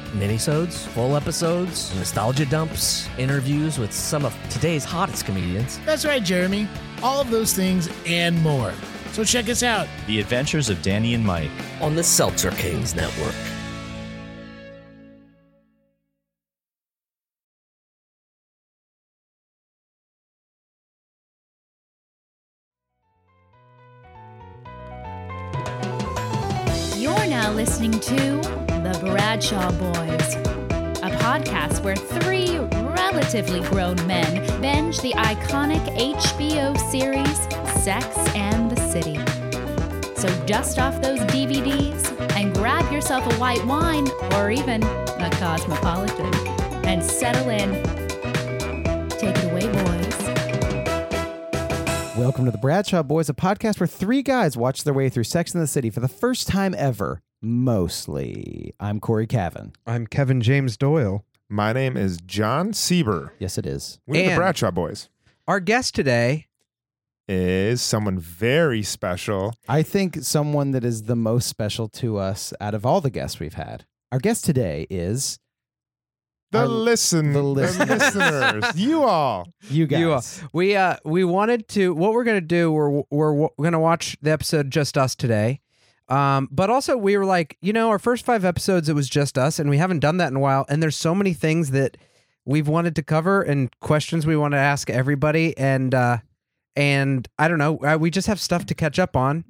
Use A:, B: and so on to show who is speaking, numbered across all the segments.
A: minisodes, full episodes, nostalgia dumps, interviews with some of today's hottest comedians.
B: That's right, Jeremy. All of those things and more. So check us out.
C: The Adventures of Danny and Mike.
A: on the Seltzer Kings Network.
D: You're now listening to The Bradshaw Boys, a podcast where three relatively grown men binge the iconic HBO series Sex and the City. So dust off those DVDs and grab yourself a white wine or even a cosmopolitan and settle in. Take it away, boys.
E: Welcome to the Bradshaw Boys, a podcast where three guys watch their way through Sex in the City for the first time ever, mostly. I'm Corey Cavan.
F: I'm Kevin James Doyle.
G: My name is John Sieber.
E: Yes, it is.
G: We're the
F: And-
G: Bradshaw Boys.
F: Our guest today,
G: Is someone very special.
E: I think someone that is the most special to us out of all the guests we've had. Our guest today is
G: The
E: Our-
G: listen,
E: the
G: the
E: listeners.
G: listeners, you all.
E: you guys.
F: You we uh we wanted to what we're gonna do. We're we're, we're gonna watch the episode just us today. Um, but also we were like, you know, our first five episodes it was just us, and we haven't done that in a while. And there's so many things that we've wanted to cover and questions we want to ask everybody, and uh, and I don't know, uh, we just have stuff to catch up on,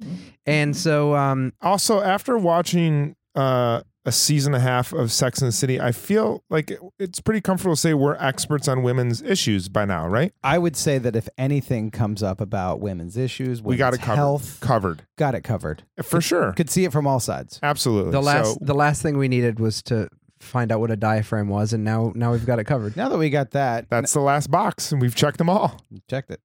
F: and so um,
G: Also, after watching uh, a season and a half of Sex and the City, I feel like it- it's pretty comfortable to say we're experts on women's issues by now, right?
E: I would say that if anything comes up about women's issues,
G: we got it
E: women's
G: covered.
E: health,
G: Covered.
E: got it covered.
G: For sure.
E: Could see it from all sides.
G: Absolutely.
F: the last
G: So,
F: the last thing we needed was to find out what a diaphragm was, and now now we've got it covered.
E: Now that we got that,
G: that's the last box, and we've checked them all.
E: checked it.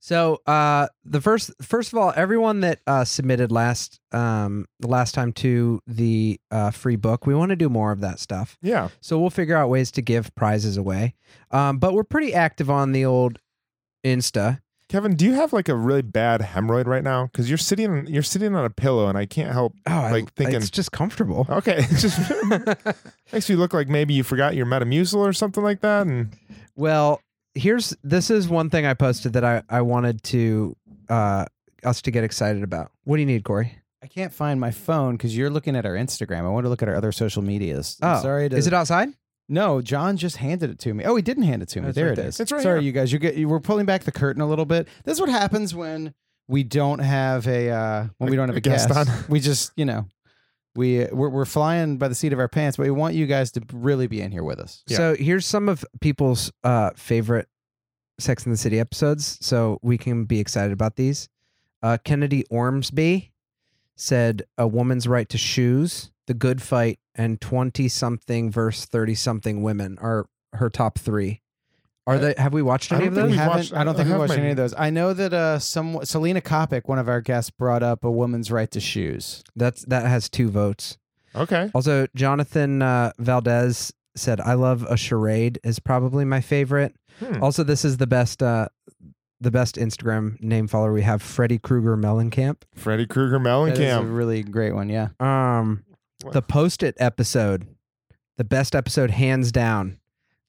F: So uh, the first, first of all, everyone that uh, submitted last um, the last time to the uh, free book, we want to do more of that stuff.
G: Yeah.
F: So we'll figure out ways to give prizes away. Um, but we're pretty active on the old Insta.
G: Kevin, do you have like a really bad hemorrhoid right now? Because you're sitting, you're sitting on a pillow, and I can't help
F: Oh, I-
G: like thinking. Oh.
F: it's just comfortable.
G: Okay, it just makes you look like maybe you forgot your Metamucil or something like that, and
F: well, here's this is one thing I posted that I I wanted to uh, us to get excited about. What do you need, Corey?
E: I can't find my phone because you're looking at our Instagram. I want to look at our other social medias. I'm
G: Oh.
E: sorry. To,
F: Oh, is it outside?
E: No, John just handed it to me. Oh, he didn't hand it to me.
F: That's
E: there
F: right
E: it
F: there.
E: is.
G: It's right
E: Sorry,
G: here.
E: you guys. You get. You, we're pulling back the curtain a little bit. This is what happens when we don't have a uh, when we
G: A-
E: don't have a,
G: a guest on.
E: We just you know we uh, we're, we're flying by the seat of our pants, but we want you guys to really be in here with us.
G: Yeah.
F: So here's some of people's uh, favorite Sex in the City episodes, so we can be excited about these. Uh, Kennedy Ormsby said, "A woman's right to shoes, the good fight, and twenty-something versus thirty-something women are her top three. Are they? Have we watched
G: I
F: any
G: don't
F: of those?
G: think
E: We
G: We've
E: haven't,
G: watched-
E: I don't
G: I
E: think we
G: have
E: watched
G: my-
E: any of those. I know that uh, some Selena Kopic, one of our guests, brought up a woman's right to shoes.
F: That's that has two votes.
G: okay,
F: Also, Jonathan uh, Valdez said, "I love a charade is probably my favorite."
G: Hmm.
F: Also, this is the best uh, the best Instagram name follower we have, Freddy Krueger Mellencamp.
G: Freddy Krueger
E: That is a
G: Mellencamp.
E: really great one. Yeah,
F: Um, the Post-it episode, the best episode hands down.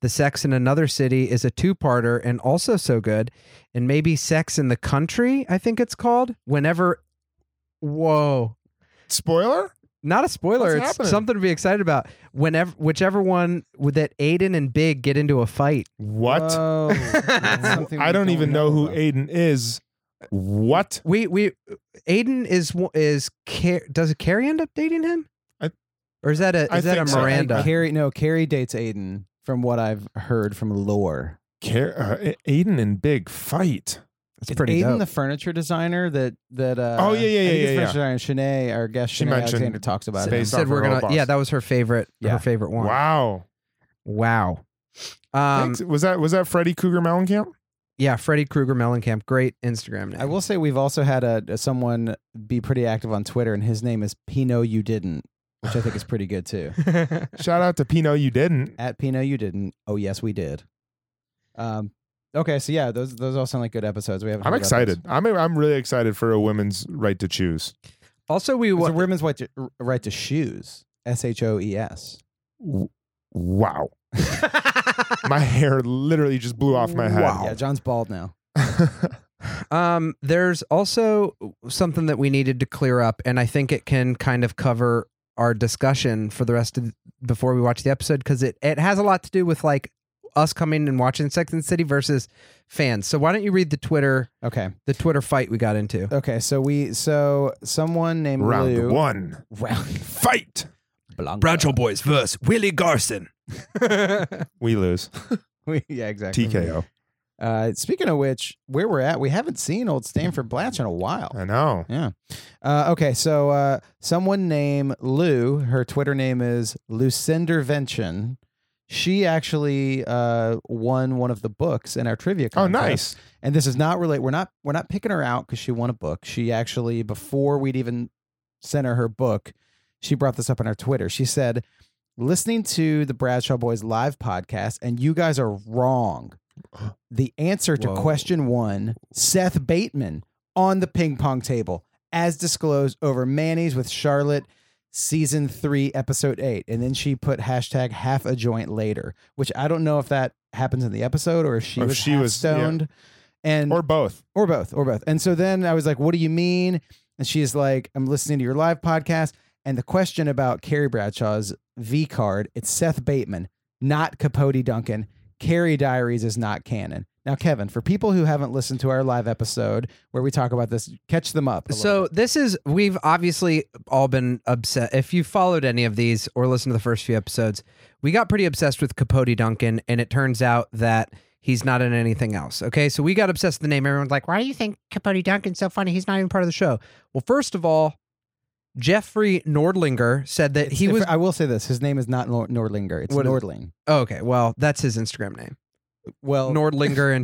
F: The Sex in Another City is a two-parter and also so good, and maybe Sex in the Country, I think it's called. Whenever, whoa,
G: Spoiler?
F: not a spoiler.
G: What's
F: it's
G: happening?
F: something to be excited about. Whenever, whichever one with that Aiden and Big get into a fight.
G: What?
E: Whoa. Oh, That's something
G: I
E: we
G: don't even know who
E: about.
G: Aiden is. What?
F: We we Aiden is wo- is Car- does Carrie end up dating him?
G: I-
F: or is that a is
G: I
F: that a
G: think so.
F: Miranda?
G: I-
E: Carrie, no, Carrie dates Aiden, from what I've heard from lore.
G: Care, uh, A- Aiden and Big fight.
F: It's
E: It's
F: pretty
E: Aiden,
F: dope.
E: the furniture designer that that. Uh,
G: Oh, yeah, yeah,
E: I think
G: yeah,
E: it's
G: yeah,
E: Furniture designer Shanae, our guest
G: She
E: Shanae
G: mentioned
E: Alexander talks about
G: Space
E: it.
G: based
F: said
G: off
F: we're
G: her
F: gonna
G: robot.
F: yeah that was her favorite
E: Yeah.
F: her favorite one.
G: Wow.
F: Wow. Um,
G: Thanks. was that was that Freddy Cougar Mellencamp?
F: yeah, Freddy Krueger Mellencamp, great Instagram name.
E: I will say we've also had a, a someone be pretty active on Twitter, and his name is Pino You Didn't, which I think is pretty good too.
G: Shout out to Pino, you didn't.
E: At Pino You Didn't. Oh yes, we did. Um. Okay, so yeah, those those all sound like good episodes. We haven't.
G: I'm
E: heard about those.
G: excited. I'm I'm really excited for a women's right to choose.
F: also, we
E: It's
F: wa-
E: a women's right to, right to shoes. S H O E S.
G: W- Wow, my hair literally just blew off my head.
E: Yeah, John's bald now.
F: Um, there's also something that we needed to clear up, and I think it can kind of cover our discussion for the rest of before we watch the episode because it, it has a lot to do with like us coming and watching Sex and the City versus fans. So why don't you read the Twitter
E: Okay.
F: the Twitter fight we got into?
E: Okay. So we so someone named
G: Round
E: Lou.
G: one,
E: Round
G: fight.
E: Blanca.
F: Boys versus Willie Garson.
G: We lose.
E: yeah, exactly.
G: TKO.
E: Uh, speaking of which, where we're at, we haven't seen old Stanford Blatch in a while.
G: I know.
E: Yeah. Uh, okay. So uh, someone named Lou, her Twitter name is Lucindervention. She actually uh, won one of the books in our trivia
G: Oh,
E: contest.
G: nice.
E: And this is not related. We're not we're not picking her out because she won a book. She actually before we'd even sent her her book, she brought this up on her Twitter. She said, "Listening to the Bradshaw Boys live podcast, and you guys are wrong. The answer to
F: Whoa.
E: question one, Seth Bateman on the ping pong table, as disclosed over Manny's with Charlotte." Season three, episode eight, and then she put hashtag half a joint later, which I don't know if that happens in the episode or if she
G: Or if
E: was
G: she
E: half
G: was- yeah.
E: stoned and
G: Or
E: or,
G: both.
E: both or both and so then i was like what do you mean and she's like i'm listening to your live podcast and the question about carrie bradshaw's v card it's seth bateman not capote duncan carrie diaries is not canon now kevin for people who haven't listened to our live episode where we talk about this catch them up a little
F: So
E: bit.
F: this is we've obviously all been upset. If you followed any of these or listened to the first few episodes, we got pretty obsessed with Capote Duncan, and it turns out that he's not in anything else. Okay, so we got obsessed with the name. Everyone's like, "Why do you think Capote Duncan's so funny? He's not even part of the show." Well, first of all, Jeffrey Nordlinger said that
E: It's
F: he was.
E: different- i will say this his name is not Nor- nordlinger it's
F: What is it?
E: nordling
F: Oh, okay, well, that's his Instagram name,
E: well
F: Nordlinger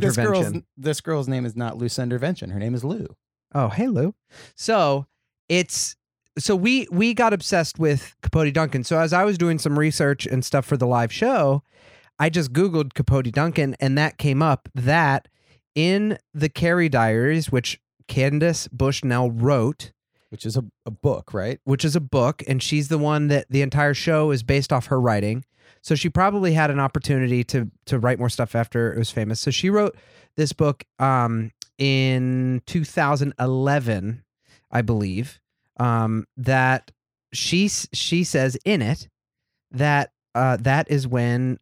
E: this girl's,
F: Intervention.
E: this girl's name is not Lucinda Intervention. Her name is Lou.
F: Oh, hey Lou. So it's so we we got obsessed with Capote Duncan. So as I was doing some research and stuff for the live show, I just Googled Capote Duncan, and that came up that in the Carey Diaries, which Candace Bushnell wrote,
E: Which is a, a book, right?
F: which is a book, and she's the one that the entire show is based off her writing. So she probably had an opportunity to to write more stuff after it was famous. So she wrote this book um, in 2011, I believe. Um, that she s- she says in it that uh, that is when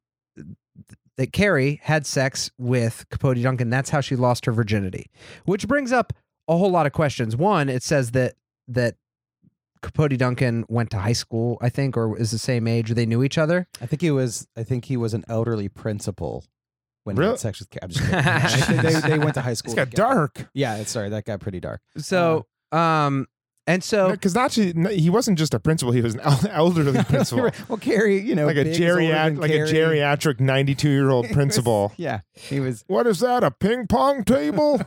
F: that Carrie had sex with Capote Duncan. That's how she lost her virginity, which brings up a whole lot of questions. One, it says that that Capote Duncan went to high school, I think, or is the same age, or they knew each other.
E: I think he was. I think he was an elderly principal when he
G: Really?
E: had sex with. Ca- I'm just kidding. I think they, they went to high school.
G: It's got
E: together.
G: dark.
E: Yeah, it's- sorry, that got pretty dark.
F: So, um, and
E: Oh.
F: so
G: Because actually, n- he wasn't just a principal; he was an el- elderly principal,
E: well, Carrie, you know,
G: like a
E: Biggs older
G: geriat-
E: than
G: like
E: Carrie.
G: a geriatric ninety-two-year-old
E: He was-
G: principal.
E: yeah, he was.
G: What is that? A ping pong table?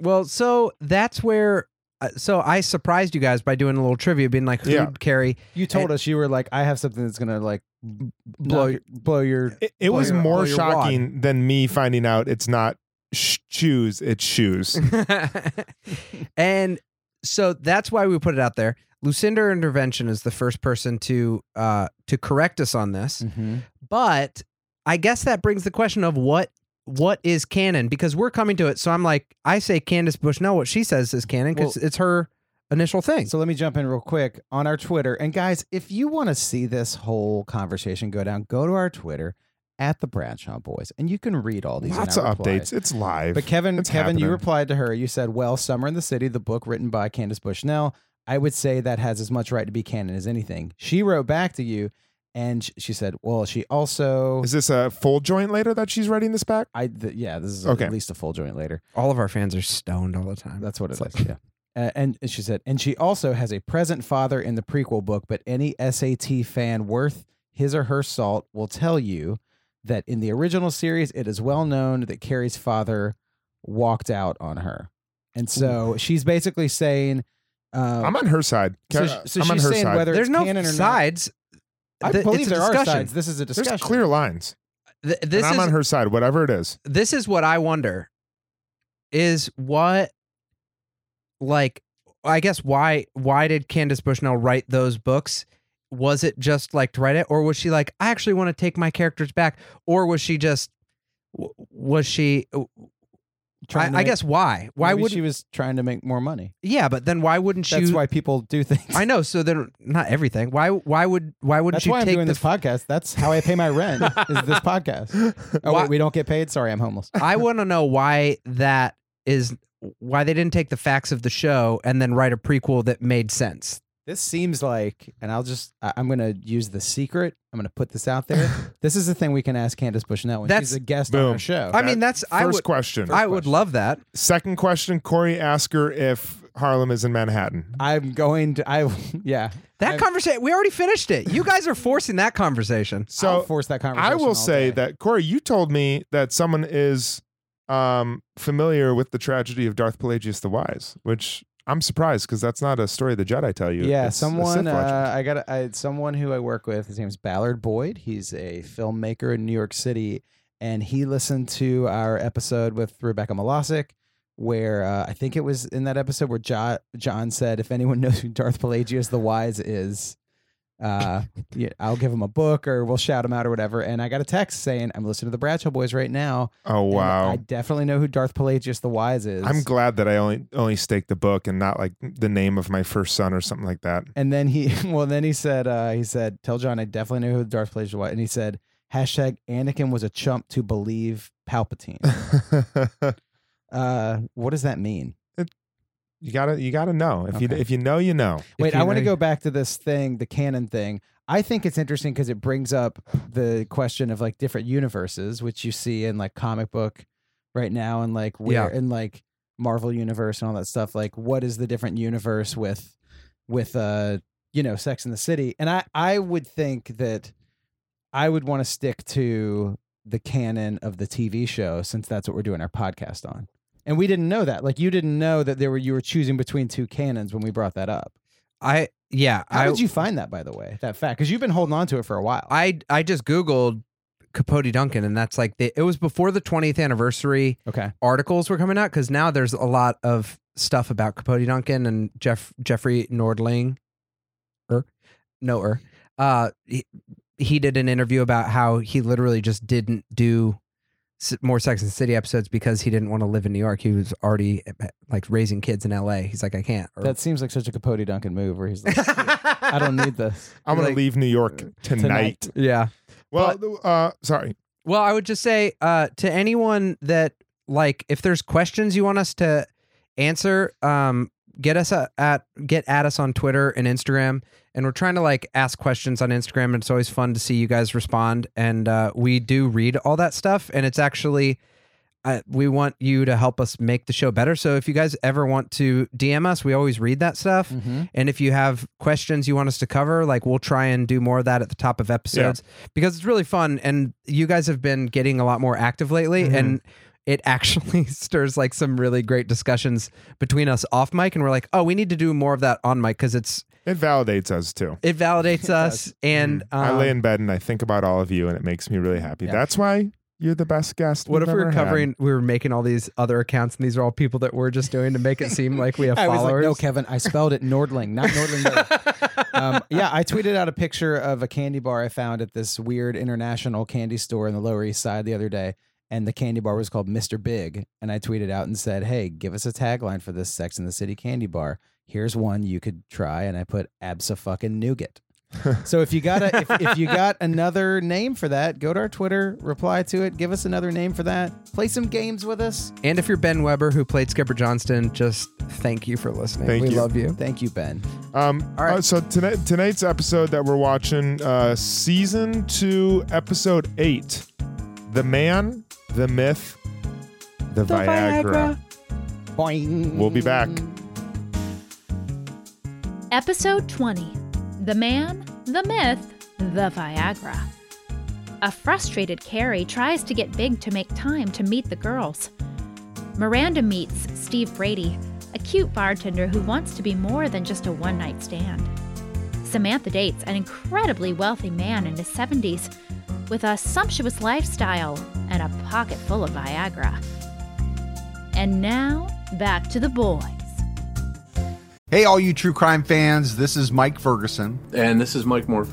F: Well, so that's where. Uh, so I surprised you guys by doing a little trivia, being like, "Who'd
G: Yeah.
F: carry?"
E: You told us you were like, I have something that's gonna like b-
F: Blow
E: knock- blow your.
G: it it
E: Blow
G: was
E: your-
F: blow
G: more
F: your
G: shocking than me finding out it's not sh- shoes; it's shoes.
F: and so that's why we put it out there. Lucinda intervention is the first person to uh, to correct us on this,
E: Mhm.
F: but I guess that brings the question of what what is canon because we're coming to it. So I'm like, I say Candace Bushnell, what she says is canon because it's her initial thing.
E: So let me jump in real quick on our Twitter. And guys, if you want to see this whole conversation go down, go to our Twitter at the Bradshaw Boys, and you can read all these. and
G: Lots of
E: our replies.
G: updates. It's live.
E: But Kevin,
G: It's
E: Kevin, you
G: happening.
E: replied to her. You said, "Well, Summer in the City, the book written by Candace Bushnell, I would say that has as much right to be canon as anything." She wrote back to you, and sh- she said, "Well, she also,
G: is this a full joint later that she's writing this back?
E: I, th- yeah, this is
G: Okay.
E: at least a full joint later.
F: All of our fans are stoned all the time.
E: That's what it is. yeah." Uh, and and she said, and she also has a present father in the prequel book, but any SAT fan worth his or her salt will tell you that in the original series, it is well known that Carrie's father walked out on her. And so she's basically saying, uh,
G: I'm on her side.
E: so,
G: Ca-
E: sh- so
G: I'm on
E: she's
G: her
E: saying
G: side.
E: whether
F: There's
E: it's canon
F: no
E: or not-
F: sides.
E: I
F: Th-
E: believe
F: it's a
E: there are
F: discussion.
E: sides. This is a discussion.
G: There's clear lines.
F: Th-
G: And
F: this
G: I'm
F: is
G: on her side, whatever it is.
F: this is what I wonder is what like I guess why why did Candace Bushnell write those books? Was it just like to write it or was she like I actually want to take my characters back or was she just w- was she w- I,
E: Trying to
F: I
E: make-
F: guess why? Why
E: maybe
F: would
E: she was trying to make more money?
F: Yeah, but then why wouldn't she
E: That's why people do things.
F: I know so then not everything. Why why would why wouldn't
E: That's
F: you
E: why I'm
F: take
E: doing
F: the
E: this podcast. That's how I pay my rent. is this podcast? Oh
F: Why-
E: wait, we don't get paid. Sorry, I'm homeless.
F: I want to know why that is why they didn't take the facts of the show and then write a prequel that made sense.
E: This seems like, and I'll just, I, I'm going to use the secret. I'm going to put this out there. this is the thing we can ask Candace Bushnell when
F: That's-
E: she's a guest on
G: Boom.
E: our show.
F: I mean, that's I
G: First
F: would
G: question.
F: I would love that.
G: Second question, Corey, ask her if Harlem is in Manhattan.
E: I'm going to, I, yeah.
F: That conversation we already finished it. You guys are forcing that conversation.
G: So
E: I'll force that conversation.
G: I will
E: all
G: say
E: day.
G: that Corey, you told me that someone is um, familiar with the tragedy of Darth Pelagius the Wise, which I'm surprised because that's not a story the Jedi tell you.
E: Yeah,
G: It's a
E: someone
G: Sith legend.
E: uh, I got I, someone who I work with. His name's Ballard Boyd. He's a filmmaker in New York City, and he listened to our episode with Rebecca Milosic, where uh, I think it was in that episode where jo- John said, "If anyone knows who Darth Pelagius the Wise is." Uh, yeah, I'll give him a book or we'll shout him out or whatever. And I got a text saying, I'm listening to the Bradshaw Boys right now.
G: oh
E: and
G: wow.
E: I definitely know who Darth Pelagius the Wise is.
G: I'm glad that I only only staked the book and not like the name of my first son or something like that.
E: And then he, well, then he said, uh, he said, tell John I definitely know who Darth Plagueis was. And he said, hashtag Anakin was a chump to believe Palpatine. uh, what does that mean?
G: you gotta you gotta know. If you
E: Okay.
G: if you know, you know.
E: Wait, I want to
F: to
E: go back to this thing, the canon thing. I think it's interesting because it brings up the question of like different universes, which you see in like comic book right now, and like where in like Marvel universe and all that stuff. Like, what is the different universe with with uh you know Sex in the City? And I I would think that I would want to stick to the canon of the TV show since that's what we're doing our podcast on. And we didn't know that. Like you didn't know that there were you were choosing between two canons when we brought that up.
F: I yeah,
E: How
F: I
E: did you find that, by the way, that fact? Because you've been holding on to it for a while.
F: I I just googled Capote Duncan and that's like the it was before the 20th anniversary
E: okay.
F: articles were coming out cuz now there's a lot of stuff about Capote Duncan and Jeff Jeffrey Nordling er no er uh he, he did an interview about how he literally just didn't do s- more Sex and the City episodes because he didn't want to live in New York. He was already eh, like raising kids in LA. He's like I can't. or-
E: That seems like such a Capote Duncan move where he's like, I don't need this.
G: I'm gonna
F: Like, uh,
G: leave New York tonight.
E: tonight.
F: yeah.
G: Well, uh, sorry.
F: Well, I would just say uh, to anyone that like, if there's questions you want us to answer, um, get us a, at get at us on Twitter and Instagram. And we're trying to like ask questions on Instagram, and it's always fun to see you guys respond. And uh, we do read all that stuff, and it's actually. Uh, we want you to help us make the show better. So if you guys ever want to DM us, we always read that stuff. And if you have questions you want us to cover, like we'll try and do more of that at the top of episodes because it's really fun. And you guys have been getting a lot more active lately, and it actually stirs like some really great discussions between us off mic. And we're like, oh, we need to do more of that on mic because it's
G: It validates us too.
F: it validates us. And um,
G: Mm. I lay in bed and I think about all of you, and it makes me really happy.
E: Yeah.
G: That's why you're the best guest.
F: what if
G: we've
F: we were
G: ever had.
F: covering? We were making all these other accounts, and these are all people that we're just doing to make it seem like we have
E: I was like,
F: followers.
E: no, Kevin, I spelled it Nordling, not Nordling. Nord." um, yeah, I tweeted out a picture of a candy bar I found at this weird international candy store in the Lower East Side the other day. And the candy bar was called Mr. Big. And I tweeted out and said, hey, give us a tagline for this Sex in the City candy bar. Here's one you could try. And I put Absa fucking Nougat. so if you got a, if, if you got another name for that, go to our Twitter, reply to it, give us another name for that, play some games with us.
F: and if you're Ben Weber, who played Skipper Johnston, just thank you for listening.
G: Thank
F: we
G: you.
F: love you.
E: Thank you, Ben.
G: Um,
F: All right.
G: uh, so tonight, tonight's episode that we're watching, uh, season two, episode eight, the man, the myth, the, Viagra. Mm.
E: Boing.
G: We'll be back.
D: Episode 20 The Man, the Myth, the Viagra. A A frustrated Carrie tries to get Big to make time to meet the girls. Miranda meets Steve Brady, a cute bartender who wants to be more than just a one night stand. Samantha dates an incredibly wealthy man in his 70s with a sumptuous lifestyle and a pocket full of Viagra. And now, back to the boys.
H: Hey, all you true crime fans, this is Mike Ferguson,
I: And this is Mike Morph.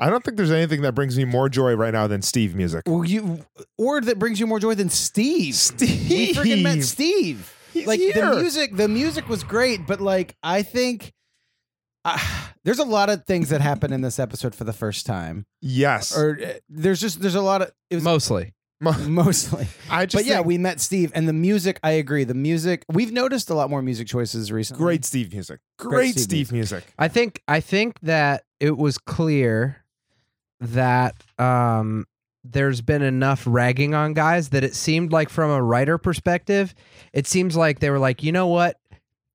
G: I don't think there's anything that brings me more joy right now than Steve music.
E: Well, you word that brings you more joy than Steve.
G: Steve.
E: We freaking met Steve.
G: He's
E: like
G: here.
E: the music, the music was great, but like I think uh, there's a lot of things that happen in this episode for the first time,
G: Yes.
E: or uh, there's just there's a lot of it was
F: mostly.
E: mostly.
G: I
E: But
G: just
E: yeah,
G: think
E: we met Steve, and the music. I agree. The music. We've noticed a lot more music choices recently.
G: great Steve music. Great,
E: Steve
G: Steve, music.
F: I think I think that it was clear that um, there's been enough ragging on guys that it seemed like from a writer perspective, it seems like they were like, you know what?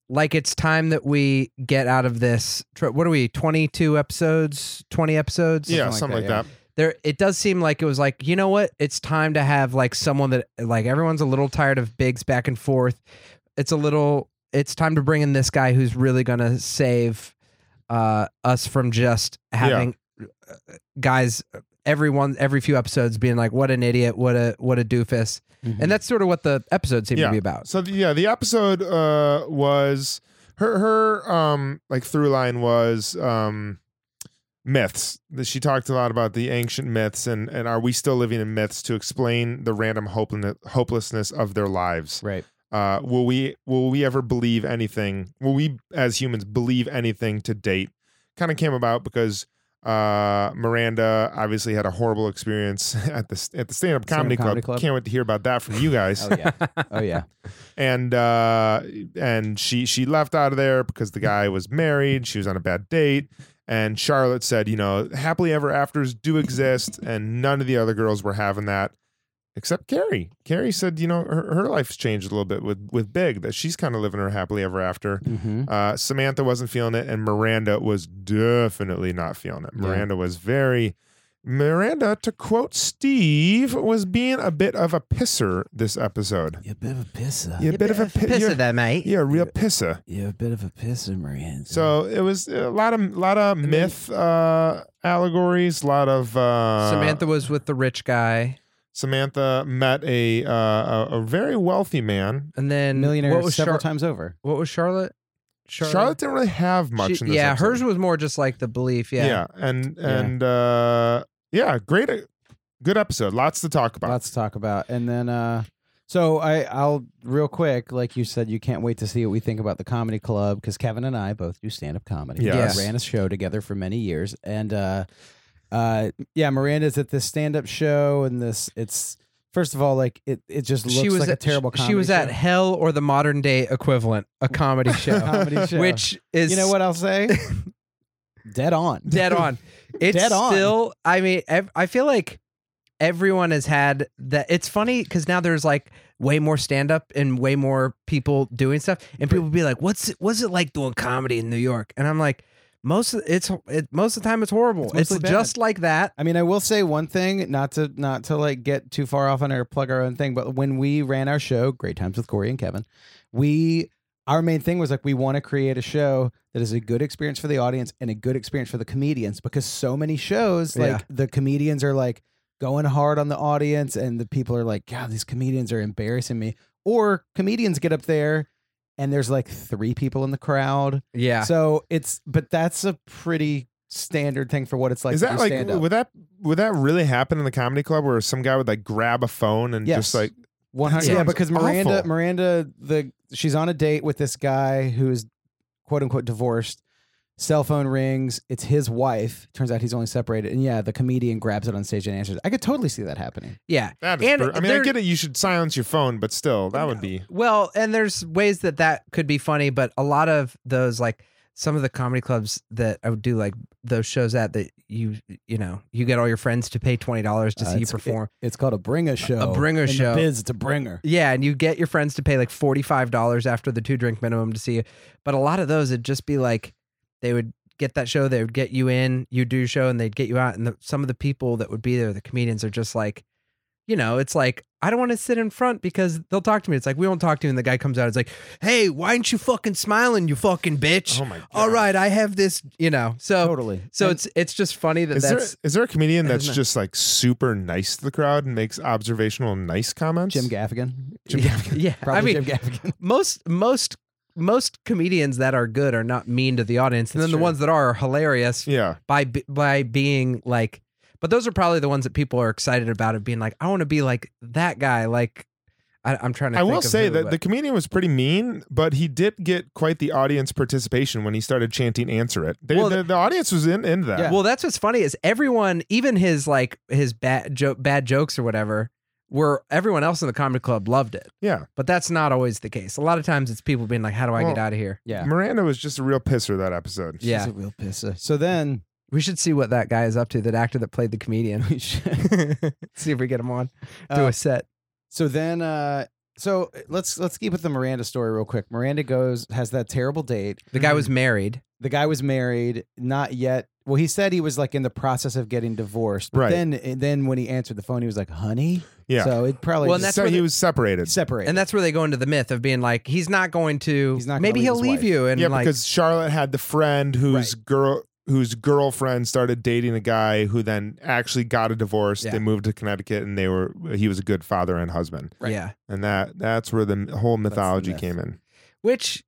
F: Like it's time that we get out of this. tr- What are we? Twenty-two episodes, twenty episodes.
G: yeah, something like that.
F: There, it does seem like it was like, you know what? It's time to have like someone that like everyone's a little tired of bigs back and forth. It's a little. It's time to bring in this guy who's really gonna save uh, us from just having uh guys everyone every few episodes being like, what an idiot, what a what a doofus, and that's sort of what the episode seemed
G: Mm-hmm. Yeah.
F: to be about.
G: So the, yeah, the episode uh, was her her um like through line was um myths. That She talked a lot about the ancient myths and and are we still living in myths to explain the random hopelessness hopelessness of their lives.
E: Right.
G: Uh, will we will we ever believe anything? Will we as humans believe anything to date? Kind of came about because uh Miranda obviously had a horrible experience at the at the stand up
E: Stand-up
G: comedy,
E: comedy
G: club.
E: club.
G: Can't wait to hear about that from you guys
E: Oh yeah. Oh yeah.
G: and uh and she she left out of there because the guy was married she was on a bad date and charlotte said you know happily ever afters do exist and none of the other girls were having that except carrie carrie said you know her, her life's changed a little bit with with big that she's kind of living her happily ever after
E: hmm
G: uh, Samantha wasn't feeling it, and Miranda was definitely not feeling it. Miranda was very. Miranda, to quote Steve, was being a bit of a pisser this episode.
J: You're a bit of a pisser.
G: You're a bit of a pi-
F: Piss
G: you're,
F: of that, mate.
G: you're a real pisser.
J: You're a bit of a pisser, Miranda.
G: So it was a lot of lot of myth uh, allegories. A lot of uh,
F: Samantha was with the rich guy,
G: Samantha met a uh, a, a very wealthy man.
F: and then
E: Millionaire
F: what was
E: several
F: Char-
E: times over.
F: What was Charlotte?
G: Charlotte, didn't really have much.
F: She-
G: in this
F: yeah,
G: episode.
F: hers was more just like the belief. Yeah.
G: and
E: Yeah.
G: and uh yeah great good episode lots to talk about
E: Lots to talk about. And then uh so I I'll real quick, like you said, you can't wait to see what we think about the comedy club because Kevin and I both do stand up comedy.
G: Yes.
E: We ran a show together for many years. And uh uh yeah, Miranda's at this stand up show and this it's first of all, like it it just looks
F: she was
E: like
F: at,
E: a terrible
F: sh-
E: comedy
F: She was at
E: show.
F: Hell or the modern day equivalent, a comedy show,
E: Comedy show.
F: which is
E: You know what I'll say? Dead on.
F: dead on. It's
E: Dead on.
F: still. I mean, ev- I feel like everyone has had that. It's funny because now there's like way more stand up and way more people doing stuff, and people be like, "What's it, what's it like doing comedy in New York?" And I'm like, most of it's it, most of the time it's horrible.
E: It's
F: It's,
E: mostly bad.
F: just like that.
E: I mean, I will say one thing, not to not to like get too far off on our plug our own thing, but when we ran our show, Great Times with Corey and Kevin, we our main thing was like we want to create a show that is a good experience for the audience and a good experience for the comedians because so many shows like
F: Yeah.
E: the comedians are like going hard on the audience and the people are like, God, these comedians are embarrassing me. Or comedians get up there and there's like three people in the crowd.
F: Yeah.
E: So it's but that's a pretty standard thing for what it's like
G: is
E: to
G: that
E: do
G: like
E: stand-up.
G: would that would that really happen in the comedy club where some guy would like grab a phone and
E: Yes.
G: just like
E: One
G: That
E: hundred. Yeah,
G: sounds
E: because Miranda,
G: awful.
E: Miranda, the she's on a date with this guy who is quote unquote divorced, Cell phone rings. It's his wife. Turns out he's only separated. And yeah, the comedian grabs it on stage and answers. I could totally see that happening.
F: Yeah.
G: That is.
F: And
G: br- I mean, I
F: there-
G: get it. You should silence your phone, but still, that would be.
F: Well, and there's ways that that could be funny, but a lot of those, like some of the comedy clubs that I would do, like those shows at that you, you know, you get all your friends to pay twenty dollars to
E: Uh,
F: see you
E: it's-
F: perform.
E: it- it's called a bringer show.
F: bringer
E: In the
F: show.
E: biz, it's a bringer.
F: yeah, and you get your friends to pay like forty five dollars after the two drink minimum to see you. But a lot of those, it'd just be like they would get that show, they would get you in, you do your show, and they'd get you out. And the, some of the people that would be there, the comedians, are just like, you know, it's like I don't want to sit in front because they'll talk to me. It's like we won't talk to you, and the guy comes out, it's like, hey, why aren't you fucking smiling, you fucking bitch?
G: Oh my god!
F: All right, I have this, you know. So
E: Totally.
F: so it's it's just funny that
G: Is there
F: that's.
G: is there a comedian
F: that is
G: that's
F: not-
G: just like super nice to the crowd and makes observational nice comments?
E: Jim Gaffigan.
F: yeah, yeah.
E: Probably
F: I mean,
E: Jim Gaffigan.
F: most most most comedians that are good are not mean to the audience, and
E: That's
F: then the
E: true.
F: ones that are are hilarious
G: Yeah,
F: by b- by being like. But those are probably the ones that people are excited about of being like, I want to be like that guy. Like, I, I'm trying to.
G: I
F: think
G: will
F: of
G: say
F: who,
G: that
F: but-
G: the comedian was pretty mean, but he did get quite the audience participation when he started chanting "Answer it." They,
F: Well,
G: the, the audience was in into that.
E: Yeah.
F: Well, that's what's funny is everyone, even his like his bad joke, bad jokes or whatever, were everyone else in the comedy club loved it.
G: Yeah.
F: but that's not always the case. A lot of times it's people being like, "How do I
G: Well-
F: get out of here?"
E: Yeah.
G: Miranda was just a real pisser that episode.
F: Yeah.
J: She's a real pisser.
E: So then
F: We should see what that guy is up to. That actor that played the comedian. see if we get him on do
E: Uh,
F: a set.
E: So then, uh, so let's let's keep with the Miranda story real quick. Miranda goes has that terrible date.
F: The guy was married.
E: The guy was married, not yet. Well, he said he was like in the process of getting divorced. But
G: Right.
E: Then, and then when he answered the phone, he was like, "Honey."
G: Yeah.
E: So it probably
F: Well,
E: well,
F: and that's
G: so
F: where
G: he
F: the-
G: was separated.
E: separated.
F: And that's where they go into the myth of being like, he's not going to.
E: He's not gonna
F: maybe
E: leave
F: he'll
E: his
F: leave
E: wife.
F: you. And
G: yeah,
F: like,
G: because Charlotte had the friend whose girl whose girlfriend started dating a guy who then actually got a divorce.
F: Yeah.
G: They moved to Connecticut, and they were he was a good father and husband,
F: yeah,
G: and that that's where the whole mythology
E: myth.
G: came in.
F: which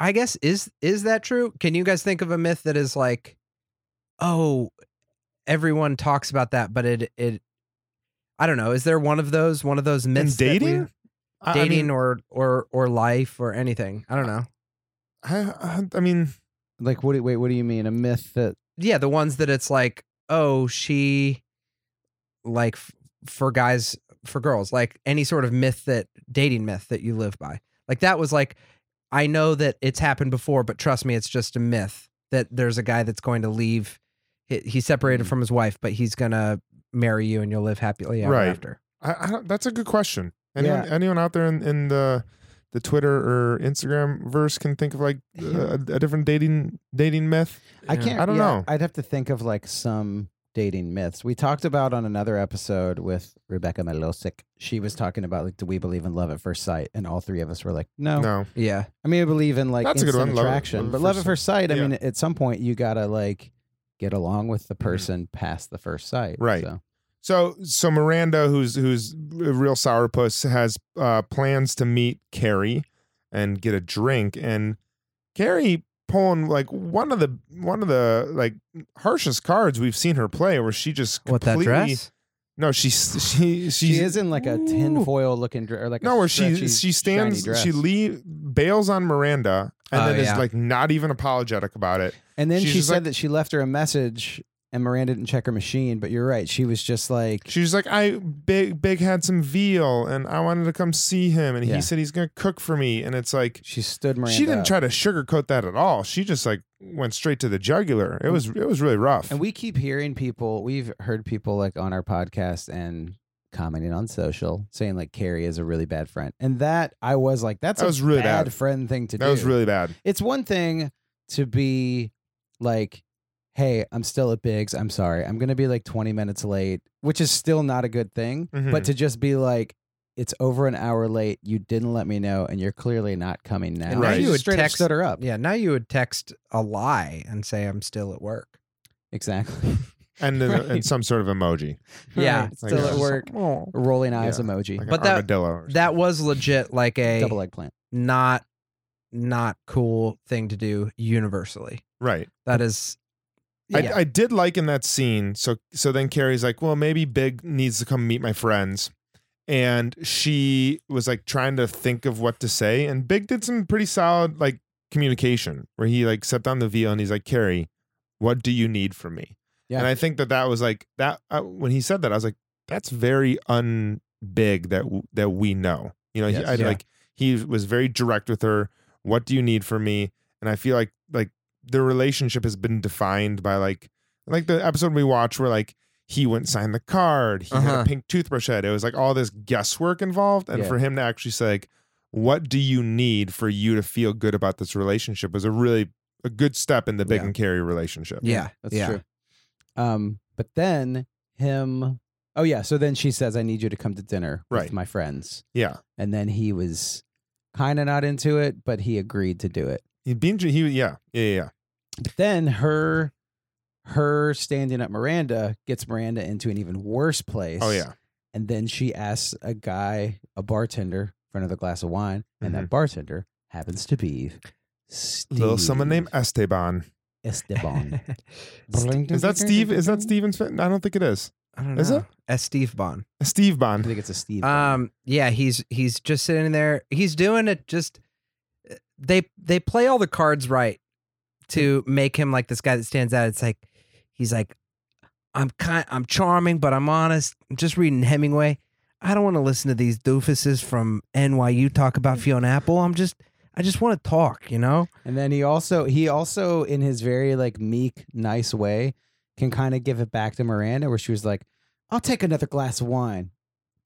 F: I guess is is that true? Can you guys think of a myth that is like, oh, everyone talks about that, but it it, I don't know. Is there one of those one of those myths
G: And
F: that we-
G: dating, I- I
F: dating
G: mean,
F: or or or life or anything? I don't know.
G: I, I, I mean,
E: like, what? Do, wait, what do you mean? A myth that
F: yeah the ones that it's like oh she like f- for guys for girls like any sort of myth that dating myth that you live by like that was like i know that it's happened before but trust me it's just a myth that there's a guy that's going to leave he, he's
G: Mm.
F: separated from his wife but he's gonna marry you and you'll live happily ever
G: Right.
F: after
G: I, I don't, that's a good question. Anyone, anyone out there in, in the the Twitter or Instagram verse can think of like uh, a, a different dating dating myth.
E: I can't.
G: I don't
E: yeah,
G: know.
E: I'd have to think of like some dating myths. We talked about on another episode with Rebecca Melosic. She was talking about like, do we believe in love at first sight? And all three of us were like,
F: Oh.
E: no.
G: No,
F: yeah
E: I mean, I believe in like
G: That's a good
E: instant
G: one, love-
E: attraction,
G: love at
E: but
G: first
E: love at
G: sight.
E: first sight. I
G: Yeah. Mm-hmm.
E: mean, at some point you gotta like get along with the person past the first sight,
G: Right.
E: So.
G: So so Miranda, who's who's a real sourpuss, has uh, plans to meet Carrie and get a drink, and Carrie pulling like one of the one of the like harshest cards we've seen her play, where she just
F: what that
G: completely-
F: dress
G: No, she's she she's,
E: She is in like a tinfoil looking dress, or like
G: no,
E: a
G: where she
E: stretchy,
G: she
E: shiny
G: stands,
E: dress. Uh,
G: she le- bails on Miranda, and
F: Oh,
G: then
F: yeah.
G: is like not even apologetic about it.
E: and then
G: she's
E: she
G: just
E: said
G: like-
E: that she left her a message, and Miranda didn't check her machine. But you're right, she was just like
G: She's like, I big big had some veal, and I wanted to come see him, and
E: Yeah.
G: he said he's gonna cook for me, and it's like.
E: she stood Miranda.
G: she didn't
E: up.
G: try to sugarcoat that at all. She just like went straight to the jugular. It was it was really rough.
E: And we keep hearing people, we've heard people like on our podcast and commenting on social saying like Carrie is a really bad friend. And that I was like, that's
G: That
E: a
G: was really
E: bad,
G: bad.
E: friend thing to
G: that
E: do.
G: was really bad.
E: it's one thing to be like, hey, I'm still at Biggs. I'm sorry. I'm going to be like 20 minutes late, which is still not a good thing. But
G: Mhm.
E: to just be like, it's over an hour late. You didn't let me know, and you're clearly not coming now.
F: And
G: now
E: She
G: you
E: just
F: would
E: straight
F: text-
E: up stood her up.
F: yeah now you would text a lie and say i'm still at work
E: exactly.
G: And then and some sort of emoji,
F: Yeah.
E: Right.
G: Like,
E: still
G: it's
E: at
G: just
E: work.
F: oh.
E: Rolling eyes
G: Yeah.
E: emoji.
G: like
F: But
G: an
F: that-
G: armadillo. or
F: that was legit like a
E: double eggplant.
F: not not cool thing to do universally.
G: Right.
F: That is yeah.
G: I, I did like in that scene. So so then Carrie's like, well, maybe Big needs to come meet my friends, and she was like trying to think of what to say, and Big did some pretty solid like communication where he like set down the veal and he's like, Carrie, what do you need from me?
E: Yeah.
G: And I think that that was like that uh, when he said that, I was like, that's very unbig that w- that we know. You know, he,
E: Yes.
G: I
E: Yeah.
G: like he was very direct with her. What do you need from me? And I feel like like their relationship has been defined by like like the episode we watched where like he wouldn't sign the card. He had
F: Uh-huh.
G: a pink toothbrush head. It was like all this guesswork involved. And
E: Yeah.
G: for him to actually say like, what do you need for you to feel good about this relationship was a really a good step in the big
E: Yeah.
G: and carry relationship.
F: Yeah,
E: That's
F: yeah.
E: true. Um, but then him. Oh yeah. So then she says, "I need you to come to dinner
G: Right.
E: with my friends,"
G: Yeah.
E: and then he was kind of not into it, but he agreed to do it.
G: He being he yeah. Yeah, yeah, yeah.
E: But then her, her standing up Miranda gets Miranda into an even worse place.
G: Oh yeah.
E: And then she asks a guy, a bartender, for another glass of wine, and that bartender happens to be Steve.
G: Mm-hmm. Little someone named Esteban.
E: Esteban.
G: Is that Steve? Is that Steven's fan? I don't think it is.
F: I don't
G: Is
F: know.
G: it?
F: S. Steve Bond.
G: Steve Ah.
E: I
G: Bond.
E: think it's a Steve.
F: Um, yeah, he's he's just sitting there. He's doing it. Just eh, they they play all the cards right to make him like this guy that stands out. It's like he's like, I'm kind, I'm charming, but I'm honest. I'm just reading Hemingway. I don't want to listen to these doofuses from NYU talk about Fiona Apple. I'm just, I just want to talk. You know?
E: And then he also he also in his very like meek, nice way can kind of give it back to Miranda where she was like, "I'll take another glass of wine,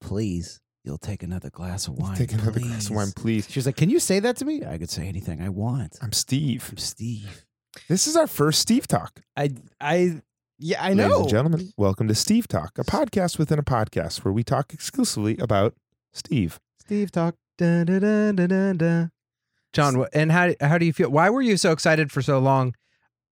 E: please."
J: You'll take another glass of wine.
G: Take another glass of wine, please.
E: She was like, "Can you say that to me?"
J: I could say anything I want.
G: I'm Steve.
J: I'm Steve.
G: This is our first Steve talk.
E: I I yeah, I
G: Ladies
E: know.
G: and gentlemen, welcome to Steve Talk, a podcast within a podcast where we talk exclusively about Steve.
E: Steve talk.
F: Da, da, da, da, da, da. John, wh- and how how do you feel? Why were you so excited for so long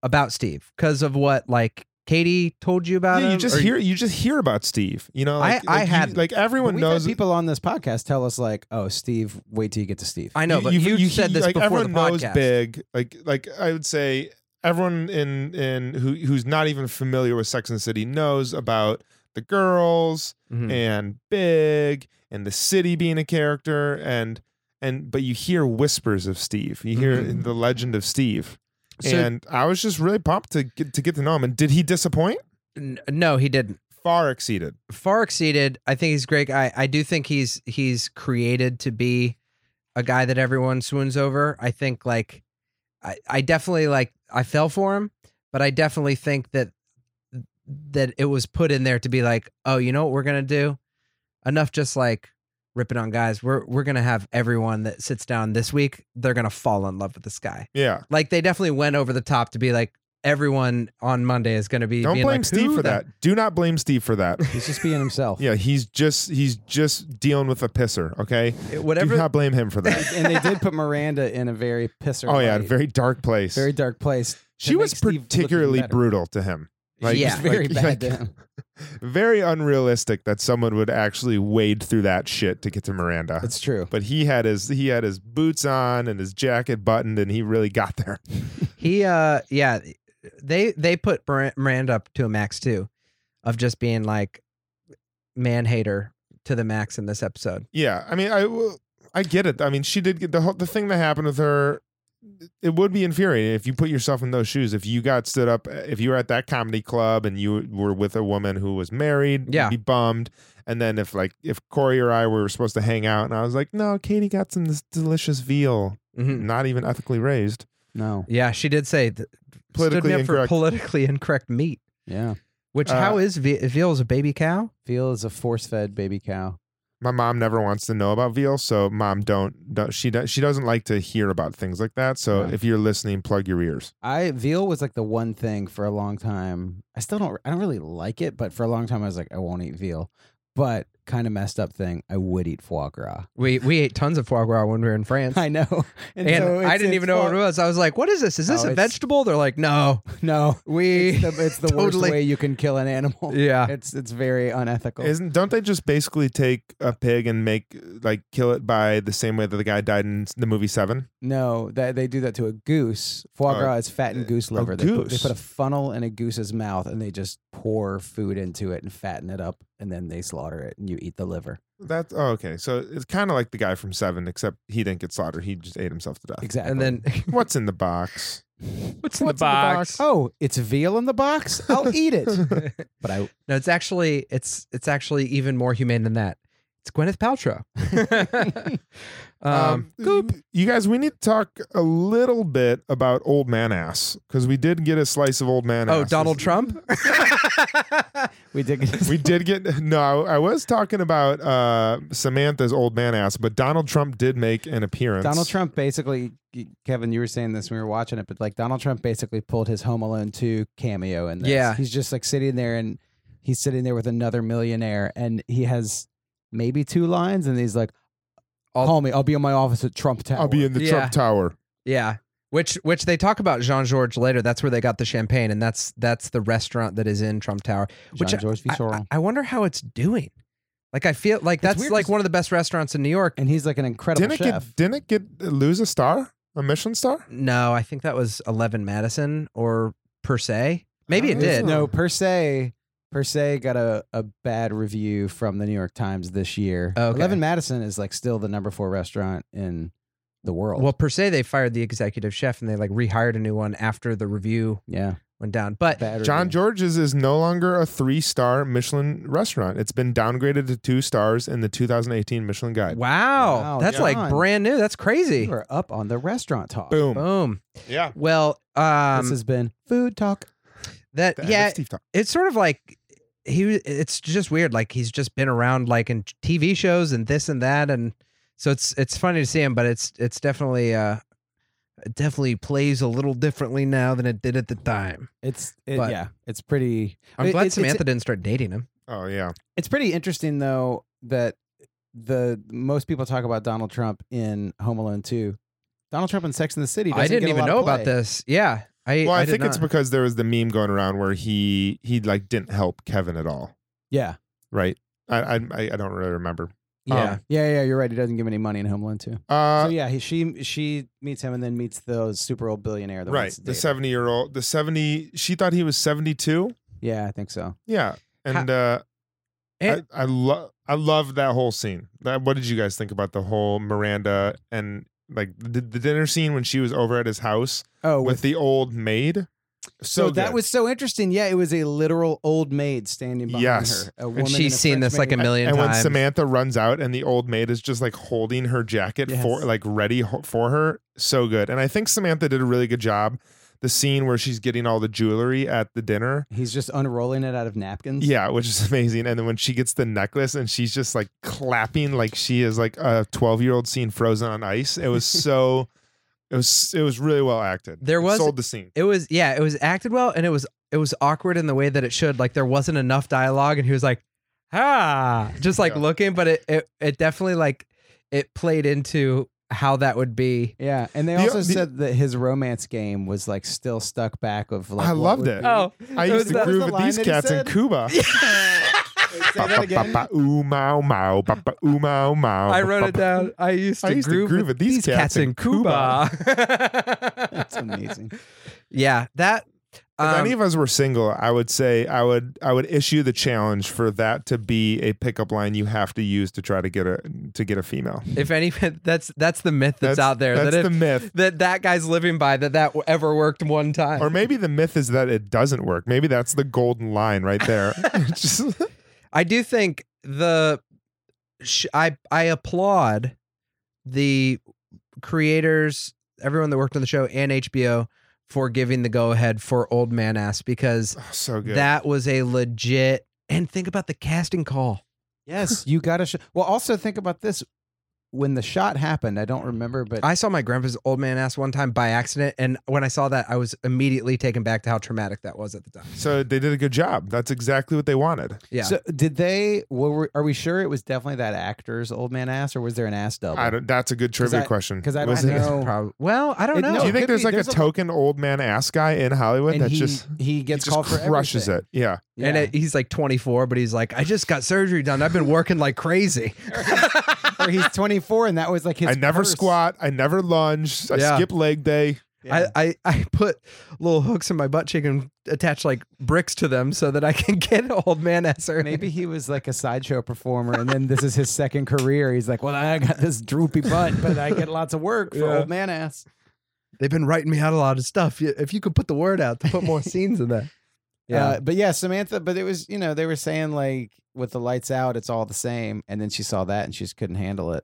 F: about Steve? Because of what like Katie told you about
G: Yeah,
F: him?
G: you just
F: Or-
G: hear you just hear about Steve. You know,
F: Um, I-
G: like,
F: I
G: like you-
F: hadn't.
G: like
E: But
G: everyone
E: we've
G: knows
E: had people on this podcast tell us like, "Oh, Steve, wait till you get to Steve."
F: I know, but
G: you've-
F: you,
G: you
F: said
G: he-
F: this
G: like
F: before the
G: everyone knows
F: podcast.
G: big like like i would say everyone in in who who's not even familiar with sex and the city knows about the girls
F: Mhm.
G: and big and the city being a character and and but you hear whispers of steve you hear
F: Mhm.
G: the legend of steve
E: So-
G: and i was just really pumped to get to get to know him and did he disappoint
F: N- no, he didn't.
G: far exceeded
F: Far exceeded. I think he's a great guy. I do think he's he's created to be a guy that everyone swoons over. I think like I, I definitely like I fell for him, but I definitely think that that it was put in there to be like, oh, you know what we're gonna do? Enough just like ripping on guys. We're we're gonna have everyone that sits down this week, they're gonna fall in love with this guy.
G: yeah
F: like they definitely went over the top to be like everyone on Monday is going to be.
G: don't
F: being
G: blame
F: like,
G: steve
F: "Who
G: for
F: the-"
G: that do not blame steve for that
E: He's just being himself.
G: yeah he's just he's just dealing with a pisser okay do
F: Whatever.
G: not blame him for that
E: and they did put Miranda in a very pisser.
G: Oh yeah,
E: light,
G: very dark place.
E: very dark place.
G: she
E: to
G: was
E: make Steve look even
G: particularly
E: better.
G: brutal to him. Like,
F: Yeah.
E: She's very
G: like-
E: bad.
G: like,
E: to him.
G: very unrealistic that someone would actually wade through that shit to get to Miranda.
E: It's true.
G: but he had his he had his boots on and his jacket buttoned, and he really got there.
F: He, uh, yeah, they they put Mir- Miranda up to a max too, of just being like man hater to the max in this episode.
G: Yeah, I mean, I will- I get it. I mean, she did get the whole, the thing that happened with her. It would be infuriating if you put yourself in those shoes. If you got stood up, if you were at that comedy club and you were with a woman who was married,
F: Yeah.
G: you'd be bummed. And then if like if Corey or I were supposed to hang out, and I was like, no, Katie got some this delicious veal,
F: Mhm.
G: not even ethically raised.
E: No.
F: Yeah, she did say th-
G: Politically
F: stood me up
G: incorrect.
F: for politically incorrect meat.
E: Yeah.
F: Which
G: Uh,
F: how is ve- veal is a baby cow?
E: Veal is a force-fed baby cow.
G: My mom never wants to know about veal, so mom don't, don't she do, she doesn't like to hear about things like that. So
E: Yeah.
G: if you're listening, plug your ears.
E: I veal was like the one thing for a long time. I still don't. I don't really like it, but for a long time I was like, I won't eat veal. But kind of messed up thing, I would eat foie gras.
F: We we ate tons of foie gras when we were in France.
E: I know,
F: And, I didn't even know what it was. I was like, "What is this? Is this
E: Oh,
F: a
E: it's-
F: vegetable?" They're like, "No,
E: was. No,
F: we."
E: it's the, it's the
F: Totally.
E: worst way you can kill an animal.
F: yeah,
E: It's it's very unethical.
G: Isn't don't they just basically take a pig and make like kill it by the same way that the guy died in the movie Seven?
E: No, that they do that to a goose. Foie
F: Uh,
G: Oh,
E: gras is fattened goose
G: a
E: liver. They, Put, they
G: goose.
E: put a funnel in a goose's mouth and they just pour food into it and fatten it up, and then they slaughter it and you eat the liver.
G: That's oh, okay. So it's kind of like the guy from Seven, except he didn't get slaughtered. He just ate himself to death.
E: Exactly.
F: And then
G: What's in the box?
K: What's in the box?
E: oh, it's veal in the box. I'll eat it. but I
F: no, it's actually it's it's actually even more humane than that. It's Gwyneth Paltrow. um,
G: y- You guys, we need to talk a little bit about old man ass because we did get a slice of old man.
F: oh,
G: ass.
F: Donald Trump.
E: we did.
G: We did get no. I was talking about uh, Samantha's old man ass, but Donald Trump did make an appearance.
E: Donald Trump basically, Kevin, you were saying this when we were watching it, but like Donald Trump basically pulled his Home Alone 2 cameo in this.
F: Yeah.
E: He's just like sitting there and he's sitting there with another millionaire and he has maybe two lines and he's like,
F: I'll-
E: call me. I'll be in my office at Trump Tower.
G: I'll be in the
F: Yeah.
G: Trump Tower.
F: yeah, which which they talk about Jean Georges later. That's where they got the champagne, and that's that's the restaurant that is in Trump Tower. Which I-
E: George
F: I, I- I wonder how it's doing. Like I feel like that's
E: weird
F: like
E: 'cause-
F: one of the best restaurants in New York.
E: and he's like an incredible
G: Didn't it
E: chef.
G: get? Didn't it get lose a star? A Michelin star?
F: No, I think that was Eleven Madison or per se. Maybe it
G: Oh.
F: did.
E: No, per se, per se got a, a bad review from the New York Times this year.
F: Okay.
E: Eleven Madison is like still the number four restaurant in the world.
F: Well, per se, they fired the executive chef and they like rehired a new one after the review
E: yeah,
F: went down. But
E: bad
G: John
E: review.
G: George's is no longer a three-star Michelin restaurant. It's been downgraded to two stars in the 2018 Michelin Guide.
F: wow,
E: Wow,
F: that's like
E: John.
F: brand new. That's crazy.
E: You are up on the restaurant talk.
G: Boom.
F: Boom.
G: Yeah.
F: Well, um,
E: this has been food talk.
F: that
G: The
F: yeah,
G: Steve Talk.
F: it's sort of like he. It's just weird. Like he's just been around like in TV shows and this and that, and so it's it's funny to see him, but it's it's definitely uh, it definitely plays a little differently now than it did at the time.
E: It's it,
F: But-
E: yeah, it's pretty.
F: I'm
E: It-
F: glad
E: it's- it's-
F: Samantha didn't start dating him.
G: Oh yeah.
E: It's pretty interesting though that the most people talk about Donald Trump in Home Alone 2. Donald Trump in Sex and the City.
F: I
E: doesn't
F: didn't
E: get a
F: even
E: lot of
F: know about
E: play.
F: this. Yeah. I,
G: Well, I,
F: did
G: think it's
F: not.
G: because there was the meme going around where he he like didn't help Kevin at all,
E: Yeah,
G: right? I I, I I don't really remember.
F: Yeah.
G: Um,
E: yeah, yeah. You're right. He doesn't give any money in Home Alone 2.
G: Uh,
E: so yeah, he, she she meets him and then meets the super old billionaire. That
G: right.
E: wants to
G: The
E: date her.
G: seventy year old, the seventy. She thought he was seventy two.
E: Yeah, I think so.
G: Yeah, and uh,
F: And-
G: I, I love I love that whole scene. That, what did you guys think about the whole Miranda and like the, the dinner scene when she was over at his house
E: Oh,
G: with the old maid?
E: so, that
G: good.
E: was so interesting. Yeah, it was a literal old maid standing behind
G: Yes.
E: her. A woman
F: and
E: in
F: she's seen
E: French
F: this like a
E: maid.
F: million
G: and when
F: times.
G: Samantha runs out and the old maid is just like holding her jacket for
E: Yes.
G: like ready ho- for her, so good. And I think Samantha did a really good job. The scene where she's getting all the jewelry at the dinner,
E: He's just unrolling it out of napkins.
G: yeah, which is amazing. And then when she gets the necklace and she's just like clapping like she is like a twelve year old seeing Frozen on ice. It was so, it was it was really well acted.
F: There
G: It
F: was-
G: sold the scene.
F: it was yeah, it was acted well and it was it was awkward in the way that it should. Like there wasn't enough dialogue and he was like, ah just like
G: Yeah.
F: looking, but it, it it definitely like it played into how that would be.
E: Yeah, and they
G: The-
E: also
G: the-
E: said that his romance game was like still stuck back of like.
G: I
E: what
G: loved
E: would
G: it.
E: be-
F: Oh,
G: I
E: It
G: used
E: was-
G: to
E: that was
G: groove
E: the
G: with these
E: line that he
G: cats in
E: said?
G: Cuba.
E: Say that again.
G: Ba-ba-ba-ba, ooh, mow, mow, ba-ba, ooh, mow, mow,
F: I wrote it
G: ba-ba-ba.
F: down. I used to,
G: Oh, I used to
F: groove,
G: groove
F: with
G: with these cats in
F: Cuba.
E: That's amazing.
F: Yeah, that
G: If
F: um,
G: any of us were single, I would say I would I would issue the challenge for that to be a pickup line you have to use to try to get a to get a female.
F: if any that's that's the myth that's, out there
G: That's
F: that if,
G: the myth.
F: that that guy's living by that that ever worked one time.
G: Or maybe the myth is that it doesn't work. Maybe that's the golden line right there. It's just-
F: I do think the sh- I I applaud the creators, everyone that worked on the show and HBO for giving the go ahead for Old Man Ass because
G: oh, so good.
F: that was a legit and think about the casting call.
E: Yes, you got to. Sh- well, also think about this. When the shot happened, I don't remember, but
F: I saw my grandpa's old man ass one time by accident, and when I saw that, I was immediately taken back to how traumatic that was at the time.
G: so they did a good job. That's exactly what they wanted.
F: Yeah,
E: So did they? Were, we- are we sure it was definitely that actor's old man ass, or was there an ass double?
G: I don't, that's a good
E: 'Cause
G: trivia
E: I-
G: question.
E: 'cause I don't
G: Was
E: know.
G: it-
F: Prob- well, I don't
E: oh. It-
F: know.
E: no,
G: Do
E: it
G: you think
E: could
G: there's
E: be-
G: like
E: there's
G: a
E: a-
G: token old man ass guy in Hollywood
E: and
G: that
E: he,
G: just
E: he gets
G: just
E: called for
G: crushes
E: everything.
G: it? Yeah.
E: Yeah.
F: And it, he's like 24, but he's like, I just got surgery done. I've been working like crazy.
E: or he's 24, and that was like his.
G: I never
E: first-
G: squat. I never lunge. I
F: Yeah.
G: skip leg day.
F: I, I, I put little hooks in my butt cheek and attach like bricks to them so that I can get old man as early.
E: Maybe he was like a sideshow performer, and then this is his second career. He's like, well, I got this droopy butt, but I get lots of work for
F: Yeah.
E: old man ass.
F: They've been writing me out a lot of stuff. Y- If you could put the word out to put more scenes in Uh, that.
E: Yeah, Uh, but yeah, Samantha. But it was, you know, they were saying like with the lights out, it's all the same, and then she saw that and she just couldn't handle it.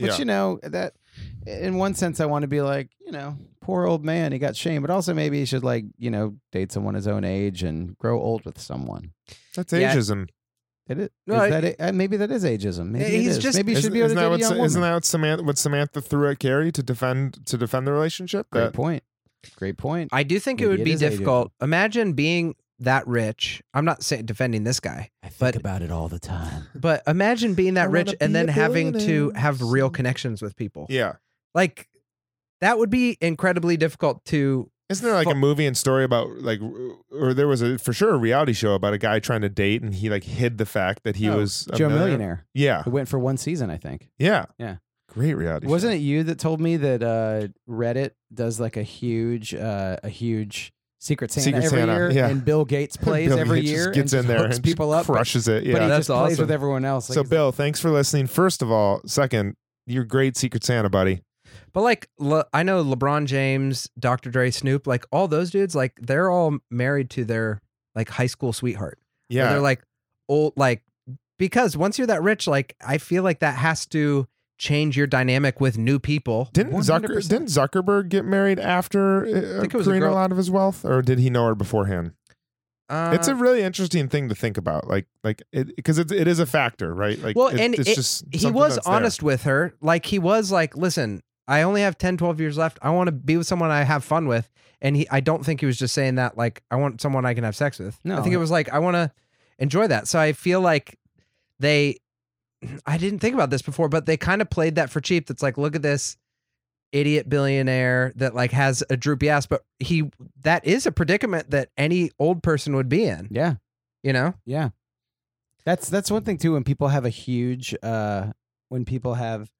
E: Which
G: Yeah.
E: you know that, in one sense, I want to be like, you know, poor old man, he got shame, but also maybe he should like, you know, date someone his own age and grow old with someone.
G: That's
F: Yeah.
G: ageism.
E: Did it?
F: No,
E: is
F: I-
E: that it? Uh, Maybe that is ageism. Maybe it
F: He's
E: is.
F: just-
E: maybe you should
G: Isn't-
E: be able to
G: isn't that
E: date a
G: what,
E: young
G: Sa- isn't
E: woman.
G: that what Samantha, what Samantha threw at Carrie to defend to defend the relationship?
E: Great
G: That-
E: point. Great point.
F: I do think it
E: Maybe
F: would
E: it
F: be
E: is ageism.
F: difficult. Imagine being that rich. I'm not saying defending this guy,
J: I think
F: But-
J: about it all the time.
F: but imagine being
J: I
F: that
J: wanna
F: rich and
J: be a
F: then having to
J: billionaire,
F: have real
J: so-
F: connections with people.
G: yeah.
F: Like that would be incredibly difficult to
G: Isn't there like a
F: Fuck.
G: movie and story about like, or there was a for sure a reality show about a guy trying to date and he like hid the fact that he
E: Oh,
G: was a
E: Joe Millionaire.
G: Yeah,
E: It went for one season, I think.
G: yeah,
E: Yeah.
G: Great reality.
E: Wasn't it you that told me that uh, Reddit does like a huge, uh, a huge Secret Santa
G: Secret
E: every
G: Santa,
E: year,
G: yeah.
E: and Bill Gates plays
G: Bill
E: every
G: Gates just
E: year, and
G: gets
E: just
G: in there
E: hooks
G: and
E: people up, but-
G: crushes it.
E: but,
G: Yeah,
E: he
F: That's
E: just plays
F: awesome.
E: with everyone else. Like,
G: so
E: he's-
G: Bill, thanks for listening. First of all, second, you're great Secret Santa, buddy.
F: But like, Le- I know LeBron James, Dr. Dre, Snoop, like all those dudes, like they're all married to their like high school sweetheart. Or
G: Yeah,
F: they're like old, like because once you're that rich, like I feel like that has to change your dynamic with new people.
G: didn't Zucker,
E: 100%.
G: didn't Zuckerberg get married after uh,
F: think it was a
G: Karina a
F: girl-
G: lot of his wealth, or did he know her beforehand?
F: Uh,
G: it's a really interesting thing to think about, like like because it, it is a factor, right? Like,
F: Well,
G: it-
F: and
G: it's
F: it-
G: just
F: he
G: something
F: was
G: that's there.
F: honest with her. Like he was like, listen, I only have 10, 12 years left. I want to be with someone I have fun with. And he, I don't think he was just saying that, like, I want someone I can have sex with. I
E: No.
F: think it was like, I want to enjoy that. So I feel like they, I didn't think about this before, but they kind of played that for cheap. That's like, look at this idiot billionaire that like has a droopy ass, but he, that is a predicament that any old person would be in,
E: yeah,
F: you know?
E: yeah. That's that's one thing too. When people have a huge, uh, when people have,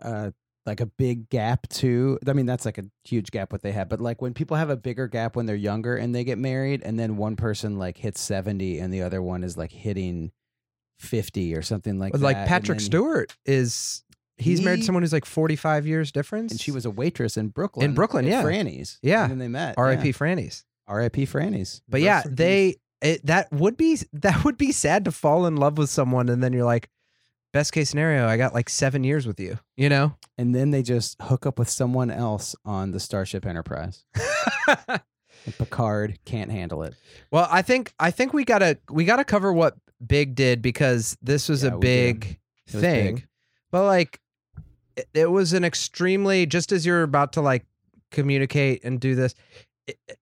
E: uh, like a big gap too. I mean, that's like a huge gap what they have. But like when people have a bigger gap when they're younger and they get married, and then one person like hits seventy and the other one is like hitting fifty or something like
F: Like,
E: that, and
F: Patrick
E: then-
F: Stewart is he's married to
E: He-
F: someone who's like 45 years difference.
E: and she was a waitress in Brooklyn.
F: In Brooklyn,
E: at
F: yeah.
E: Franny's.
F: Yeah.
E: and then they met.
F: R.I.P.
E: yeah.
F: Franny's.
E: R.I.P. Franny's.
F: But yeah, they it, that would be that would be sad to fall in love with someone and then you're like best case scenario I got like 7 years with you, you know?
E: And then they just hook up with someone else on the Starship Enterprise. And Picard can't handle it.
F: well, I think I think we got to we got to cover what Big did because this was
E: Yeah,
F: a
E: we do.
F: big
E: It was
F: thing.
E: big.
F: But like it, it was an extremely just as you're about to like communicate and do this it- it-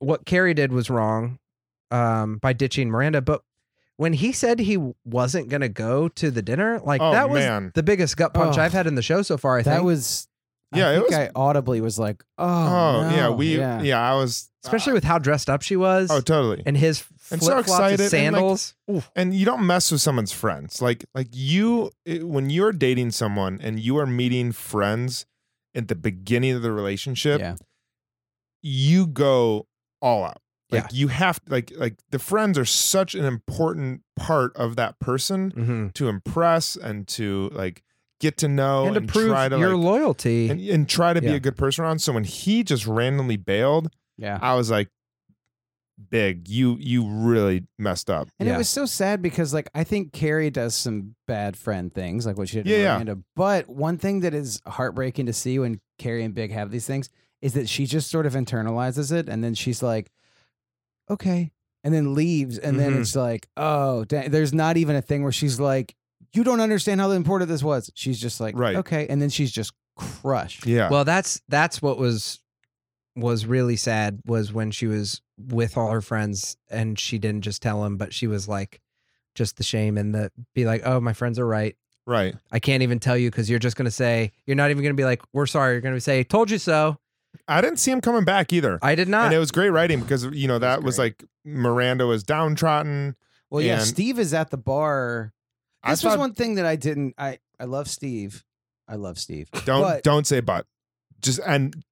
F: what Carrie did was wrong um by ditching Miranda, but when he said he wasn't going to go to the dinner, like
G: Oh,
F: that was
G: man.
F: the biggest gut punch
E: Oh.
F: I've had in the show so far, I
E: that
F: think.
E: was.
G: Yeah,
E: I
G: it
E: think
G: was-
E: I audibly was like, "Oh,
G: Oh yeah,
E: no,
G: we yeah, I was
F: Especially with how dressed up she was
G: Ah. oh totally
F: and his
G: And
F: flip
G: so
F: flops
G: excited and, like,
F: and sandals.
G: and you don't mess with someone's friends like like you it- when you're dating someone and you are meeting friends at the beginning of the relationship
E: Yeah.
G: you go all out like
F: Yeah.
G: you have like like the friends are such an important part of that person
E: Mm-hmm.
F: Mhm.
G: to impress and to like get to know
F: and
G: and,
F: to prove
G: try to
F: your
G: like,
F: loyalty.
G: and, and try to be
F: Yeah.
G: a good person around so when he just randomly bailed
E: yeah."
G: i was like big you you really messed up
E: And
F: Yeah.
E: it was so sad because, like, I think Carrie does some bad friend things, like what she did
G: Yeah,
E: to
G: yeah.
E: Miranda. But one thing that is heartbreaking to see when Carrie and Big have these things is that she just sort of internalizes it, and then she's like, "Okay," and then leaves, and then
G: Mhm.
E: it's like, "Oh, dang. there's not even a thing where she's like, you don't understand how important this was." She's just like,
G: Right.
E: okay," and then she's just crushed.
G: yeah
F: Well, that's that's what was was really sad was when she was with all her friends and she didn't just tell him, but she was like just the shame and the be like, oh, my friends are right.
G: right
F: I can't even tell you because you're just gonna say you're not even gonna be like, we're sorry. You're gonna say, told you so.
G: I didn't see him coming back either.
F: I did not.
G: and it was great writing because you know that was, like Miranda was downtrodden.
E: Well, yeah,
G: And-
E: Steve is at the bar.
G: I
E: This was
G: thought-
E: one thing that I didn't. I I love Steve. I love Steve.
G: Don't
E: But-
G: don't say but. Just and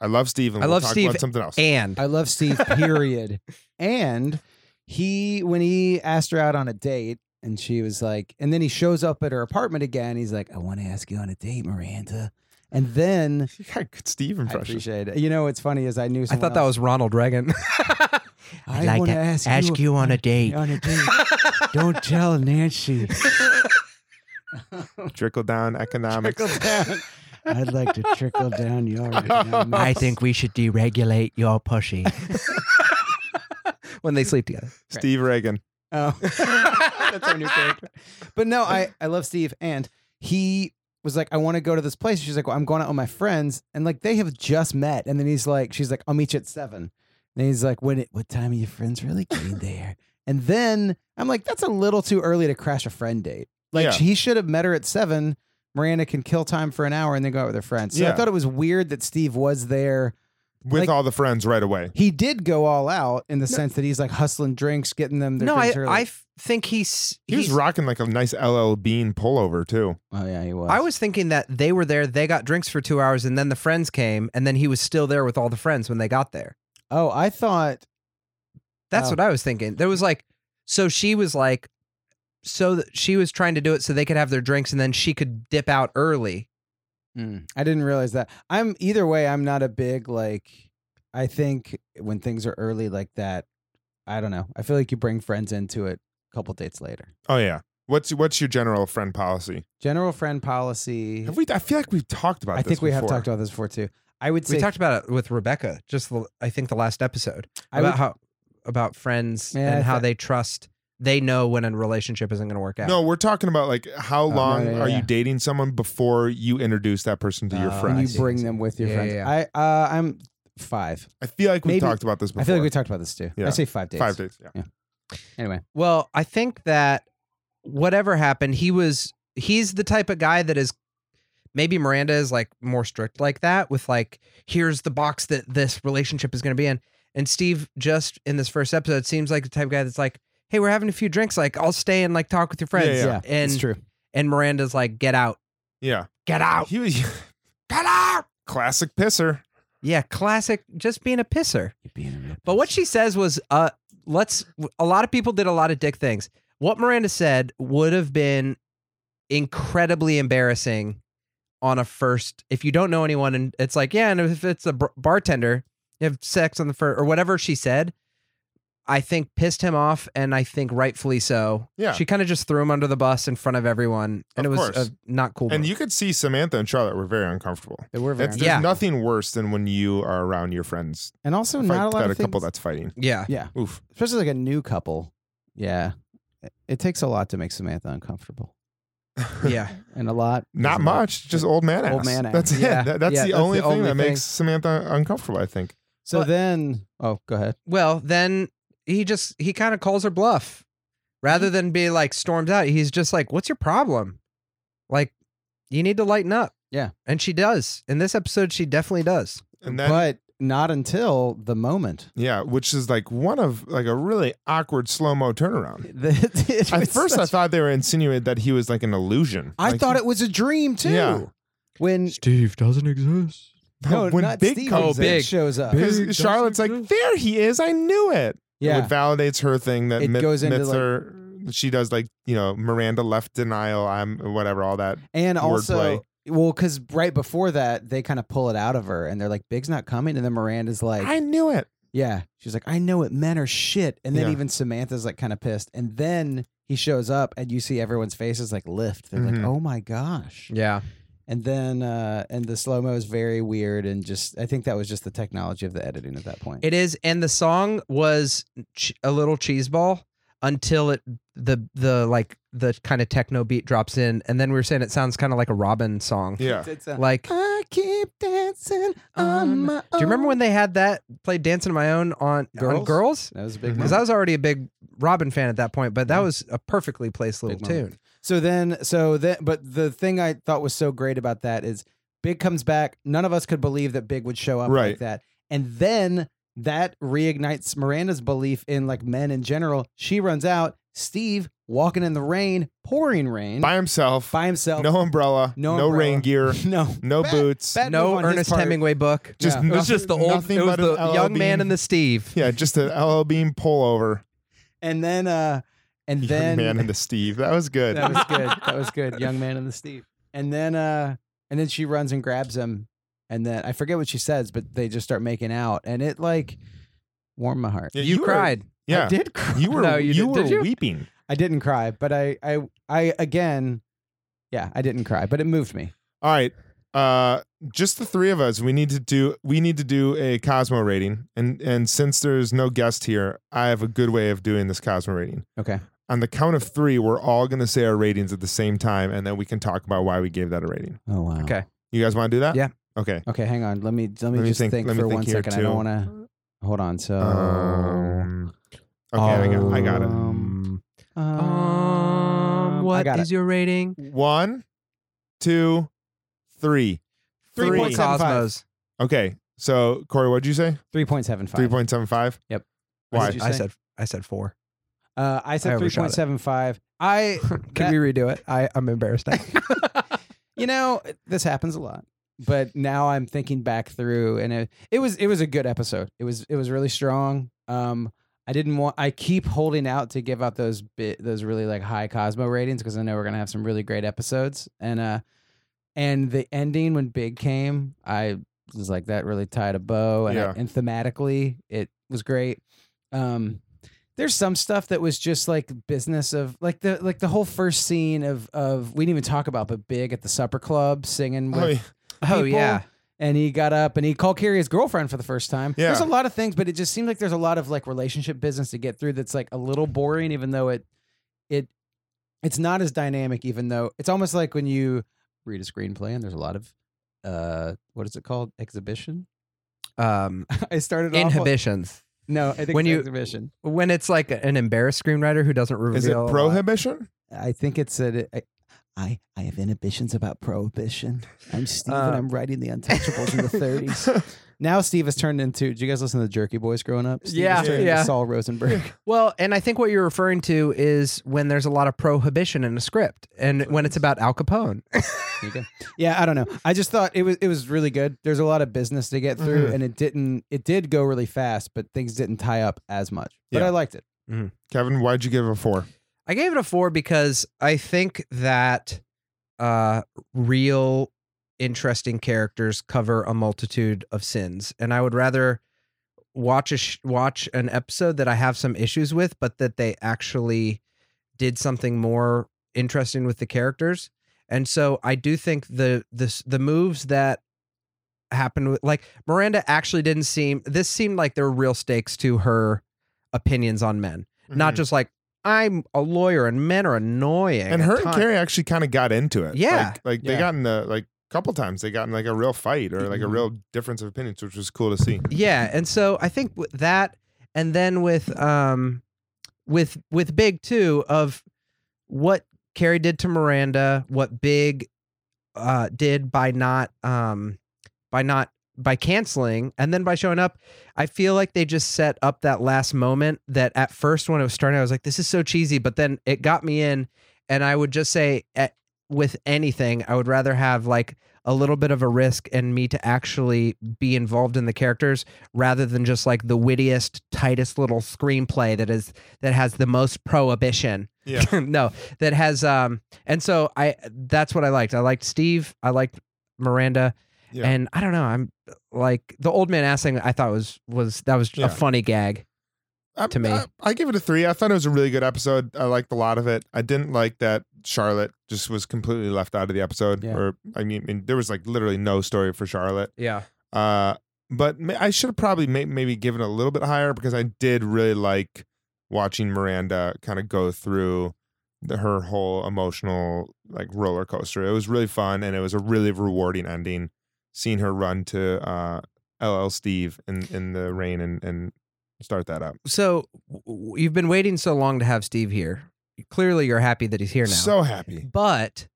G: I love Steve. And
F: I
G: we'll
F: love
G: talk
F: Steve
G: About something else.
F: And
E: I love Steve, period. and he, when he asked her out on a date, and she was like, and then he shows up at her apartment again. He's like, I want to ask you on a date, Miranda. And then
G: You got a good Steve
E: I
G: impression.
E: appreciate it. You know, what's funny is I knew.
F: I
E: Someone
F: thought that was Ronald Reagan.
E: I want to ask, you,
J: on a date.
E: on a date.
J: Don't tell Nancy.
G: Trickle down economics.
J: I'd like to trickle down your.
A: I think we should deregulate your pushy.
F: when they sleep together.
G: Steve Reagan.
E: Oh, that's our new character. But no, I I love Steve, and he was like, I want to go to this place. She's like, Well, I'm going out with my friends, and like they have just met, and then he's like, She's like, I'll meet you at seven, and he's like, When? It, what time are your friends really getting there? and then I'm like, That's a little too early to crash a friend date. Like
G: Yeah.
E: he should have met her at seven. Miranda can kill time for an hour and then go out with her friends. So I
G: Yeah.
E: thought it was weird that Steve was there.
G: With
E: Like-
G: all the friends right away.
E: He did go all out in the sense that he's like hustling drinks, getting them. Their
F: No, I,
E: drinks early.
F: I f- think he's
G: He was
F: he's-
G: rocking like a nice LL Bean pullover too.
E: Oh yeah, he was.
F: I was thinking that they were there, they got drinks for two hours, and then the friends came, and then he was still there with all the friends when they got there.
E: Oh, I thought
F: That's
E: Oh.
F: what I was thinking. There was like, so she was like, so th- she was trying to do it so they could have their drinks, and then she could dip out early.
G: Mm.
E: I didn't realize that. I'm either way. I'm not a big like. I think when things are early like that, I don't know. I feel like you bring friends into it a couple dates later.
G: Oh yeah. What's what's your general friend policy?
E: General friend policy.
G: Have we? I feel like we've talked about.
E: I
G: this
E: think we have
G: before.
E: talked about this before too. I would say
F: We talked about it with Rebecca, just the, I think the last episode
E: I
F: about
E: would-
F: how about friends
E: Yeah, I
F: and how
E: thi-
F: they trust, they know when a relationship isn't going to work out.
G: No, we're talking about like how
E: no,
G: long
E: Oh, yeah,
G: are
E: yeah. Uh,
G: you dating someone before you introduce that person to your
F: Oh,
E: when
F: I
E: you
G: friends?
F: see, I
E: bring
F: see.
E: them with your
F: Yeah,
E: friends.
F: yeah,
E: I uh, I'm five.
G: I feel like we
E: Maybe-
G: talked about this before.
E: I feel like we talked about this too. I
G: Yeah.
E: say five dates.
G: five dates. Yeah.
E: Anyway,
F: Well, I think that whatever happened, he was he's the type of guy that is maybe Miranda is like more strict like that with like here's the box that this relationship is going to be in. And Steve just in this first episode seems like the type of guy that's like, "Hey, we're having a few drinks, like I'll stay and like talk with your friends."
G: Yeah.
E: yeah, it's
F: And
E: true.
F: and Miranda's like, "Get out.
G: Yeah.
F: Get out."
G: He was. Get out! Classic pisser.
F: Yeah, classic just being a pisser.
J: You're being a real
F: But what
J: pussy.
F: she says was, uh, let's. A lot of people did a lot of dick things. What Miranda said would have been incredibly embarrassing on a first. If you don't know anyone, and it's like, yeah, and if it's a br- bartender, you have sex on the first or whatever she said. I think pissed him off, and I think rightfully so.
G: Yeah.
F: she kind of just threw him under the bus in front of everyone, and
G: Of
F: it was
G: course.
F: a not cool.
G: And
F: move.
G: you could see Samantha and Charlotte were very uncomfortable.
E: They were very
G: That's,
E: nice.
G: there's
F: Yeah.
G: nothing worse than when you are around your friends.
E: and also
G: Fight
E: not a lot of
G: that a couple
E: things-
G: that's fighting.
F: yeah,
E: yeah,
G: Oof.
E: especially like a new couple. Yeah, It- it takes a lot to make Samantha uncomfortable,
F: yeah.
E: and a lot. is
G: Not
E: about-
G: much, just old man ass.
E: Old man ass.
G: That's
F: Yeah.
G: it. That- that's
F: Yeah,
G: the
F: that's
G: only
F: the
G: thing
F: only
G: that makes
F: thing.
G: Samantha uncomfortable, I think.
E: So
F: But-
E: then, oh, go ahead.
F: Well, then he just he kind of calls her bluff. Rather than be like stormed out, he's just like, "What's your problem? Like, you need to lighten up."
E: Yeah.
F: and she does. In this episode, she definitely does.
G: And then
E: but not until the moment.
G: yeah, which is like one of like a really awkward slow-mo turnaround.
E: It
G: At
E: was
G: first I
E: such-
G: thought they were insinuating that he was like an illusion.
E: I
G: Like,
E: thought it was a dream too.
G: Yeah.
E: When
K: Steve doesn't exist.
E: no,
G: when
E: not
G: Big
E: Steve,
G: comes
F: Oh, Big.
G: in.
E: shows up.
K: Big.
G: Because Charlotte's like, there he is. I knew it.
E: Yeah,
G: It validates her thing that
E: It
G: myth,
E: goes into,
G: myths
E: like-
G: are- She does like, you know, Miranda left denial. I'm whatever, all that.
E: and also.
G: wordplay.
E: Well, because right before that, they kind of pull it out of her, and they're like, "Big's not coming," and then Miranda's like,
G: I knew it.
E: "Yeah." She's like, "I know it. Men are shit." And then
G: Yeah.
E: even Samantha's like, kind of pissed, and then he shows up, and you see everyone's faces like lift. They're like,
F: Mm-hmm.
G: Mhm.
E: "Oh my gosh!"
F: Yeah,
E: And then, uh, and the slow mo is very weird, and just I think that was just the technology of the editing at that point.
F: it is. And the song was ch- a little cheese ball until it the the like the kind of techno beat drops in, and then we were saying it sounds kind of like a Robin song.
G: Yeah.
E: It's a-
F: Like, do
E: I keep dancing
F: Um,
E: on my
F: you remember when they had that played "Dancing on My Own" on on
E: Girls?
F: Girls?
E: that was a big?
G: Mhm.
E: moment.
F: because I was already a big Robin fan at that point, but that
G: Mm.
E: Yeah.
F: was a perfectly placed little
E: Big moment.
F: tune.
E: So then, so then, but the thing I thought was so great about that is Big comes back. None of us could believe that Big would show up like
G: Right.
E: that, and then that reignites Miranda's belief in like men in general. She runs out. Steve walking in the rain, pouring rain,
G: by himself,
E: by himself,
G: no umbrella,
E: no
G: no, rain
E: umbrella.
G: gear,
E: no,
G: no
E: Bad-
G: boots.
E: bad move
F: no
E: on his
F: Ernest
E: part.
F: Hemingway book.
G: Just
E: Yeah.
F: It was
G: nothing-
F: just the old.
G: nothing
F: It was
G: but an
F: the
G: LL
F: young man
G: Bean.
F: and the Steve.
G: Yeah, just an LL Bean pullover.
E: and then uh, and
G: Young
E: then
G: man and the Steve. That was good.
E: that was good. That was good. Young man and the Steve. And then uh and then she runs and grabs him and then I forget what she says, but they just start making out and it like warmed my heart.
G: Yeah,
F: you,
G: were-
F: cried.
G: yeah,
E: I did cry.
G: you were
F: No,
G: you,
F: you did-
G: were
F: did you?
G: weeping.
E: I didn't cry, but I I I again yeah, I didn't cry, but it moved me.
G: All right. Uh just the three of us. We need to do we need to do a Cosmo rating. And and since there's no guest here, I have a good way of doing this Cosmo rating.
E: Okay.
G: On the count of three, we're all gonna say our ratings at the same time, and then we can talk about why we gave that a rating.
E: Oh wow.
F: Okay.
G: You guys wanna do that?
F: Yeah.
G: Okay.
E: Okay, hang on. Let me let me
G: Let me
E: just
G: think-
E: think,
G: let me
E: for
G: think
E: one
G: here,
E: second. I don't
G: too.
E: wanna hold on. So
G: Um Okay, I got I got it.
E: Um,
F: Um,
E: I
F: what
E: got
F: is your rating?
G: One, two, three. Three.
F: Four
E: 3.75.
F: Cosmos.
G: Okay. So Corey, what'd you say?
E: three point seven five.
G: Three point seven five?
E: Yep.
G: Why?
E: Did you
F: I
E: say?
F: said I said four.
E: Uh, I
F: I
E: said three
F: overshot
E: point
F: it.
E: seven five. I
F: Can we redo it? I, I'm embarrassed.
E: you know this happens a lot but now i'm thinking back through and it, it was it was a good episode it was it was really strong um i didn't want i keep holding out to give out those bit those really like high cosmo ratings because i know we're gonna have some really great episodes and uh and the ending when big came i was like that really tied a bow and, I-
G: Yeah.
E: and thematically it was great um there's some stuff that was just like business of like the like the whole first scene of of we didn't even talk about but big at the supper club singing with
G: Oh, yeah.
F: oh
E: people,
F: yeah.
E: and he got up and he called Carrie his girlfriend for the first time.
G: Yeah.
E: There's a lot of things, but it just seemed like there's a lot of like relationship business to get through that's like a little boring, even though it it it's not as dynamic, even though it's almost like when you read a screenplay and there's a lot of uh what is it called? Exhibition?
F: Um,
E: I started off
F: inhibitions.
E: No, I think
F: When
E: it's
F: you-
E: exhibition.
F: When it's like an embarrassed screenwriter who doesn't reveal.
G: Is it
F: a lot.
G: prohibition?
E: I think it's a I I, I have inhibitions about prohibition. I'm Steve
F: Uh,
E: and I'm writing the Untouchables in the 30s. Now Steve has turned into. Did you guys listen to the Jerky Boys growing up? Steve
F: Yeah,
E: has turned into
F: yeah.
E: Saul Rosenberg.
F: Well, and I think what you're referring to is when there's a lot of prohibition in a script, and when it's about Al Capone.
E: There you go. Yeah, I don't know. I just thought it was it was really good. There's a lot of business to get through,
G: Mhm.
E: and it didn't. It did go really fast, but things didn't tie up as much. But
G: Yeah.
E: I liked it.
G: Kevin, why'd you give it a four?
F: I gave it a four because I think that uh, real interesting characters cover a multitude of sins, and I would rather watch a sh- watch an episode that I have some issues with, but that they actually did something more interesting with the characters. And so I do think the this the moves that happened with like Miranda actually didn't seem this seemed like there were real stakes to her opinions on men
G: Mm-hmm.
F: not just like I'm a lawyer and men are annoying.
G: and
F: at
G: her and
F: times."
G: Carrie actually kind of got into it.
F: Yeah. Mm-hmm.
G: like, like they
E: Yeah.
G: got in the like couple times they got in like a real fight or like a real difference of opinions, which was cool to see.
F: Yeah, and so I think with that, and then with um, with with Big too of what Carrie did to Miranda, what Big uh did by not um by not by canceling and then by showing up i feel like they just set up that last moment that at first when it was starting i was like this is so cheesy but then it got me in and i would just say at, with anything i would rather have like a little bit of a risk and me to actually be involved in the characters rather than just like the wittiest tightest little screenplay that is that has the most prohibition
G: Yeah.
F: no that has um and so i that's what i liked i liked steve i liked miranda
G: Yeah.
F: and i don't know i'm like the old man ass thing i thought was was that was
G: Yeah.
F: a funny gag
G: I,
F: To me.
G: I, I give it a three. I thought it was a really good episode. I liked a lot of it. I didn't like that Charlotte just was completely left out of the episode.
E: Yeah.
G: Or I mean, I mean, there was like literally no story for Charlotte.
F: yeah
G: Uh, but ma- I should have probably may- maybe given it a little bit higher because I did really like watching Miranda kind of go through the, her whole emotional like roller coaster. It was really fun and it was a really rewarding ending. Seeing her run to uh, LL Steve in, in the rain and, and start that up.
F: so w- w- you've been waiting so long to have steve here clearly you're happy that he's here now
G: So happy.
F: But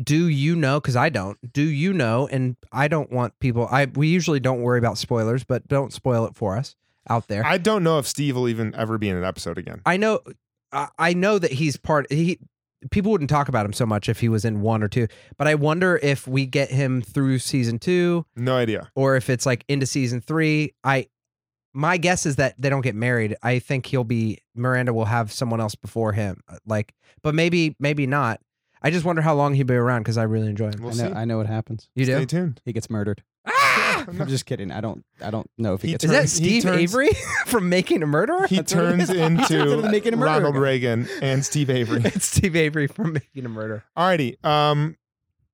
F: do you know? Because I don't. Do you know? And I don't want people. I we usually don't worry about spoilers, but don't spoil it for us out there. I,
G: I don't know if Steve will even ever be in an episode again.
F: know. I, I know that he's part. He people wouldn't talk about him so much if he was in one or two. But I wonder if we get him through season two,
G: No idea.
F: or if it's like into season three. I my guess is that they don't get married. I think he'll be Miranda will have someone else before him. uh, Like, but maybe maybe not. I just wonder how long he'll be around because I really enjoy him.
G: We'll
E: I know,
G: see.
E: I know what happens.
F: You
G: Stay
F: do?
G: tuned.
E: He gets murdered. I'm just kidding. I don't. I don't know if he,
G: He
E: gets
F: Is
E: murdered.
F: that
G: turns- he
F: Steve
G: turns-
F: Avery from Making a Murderer?
G: He
E: That's what it
G: turns
E: is. He turns into the
G: into
E: Making a Murderer
G: Ronald
E: guy.
G: Reagan and Steve Avery.
F: it's Steve Avery from Making a Murderer.
G: Alrighty. Um,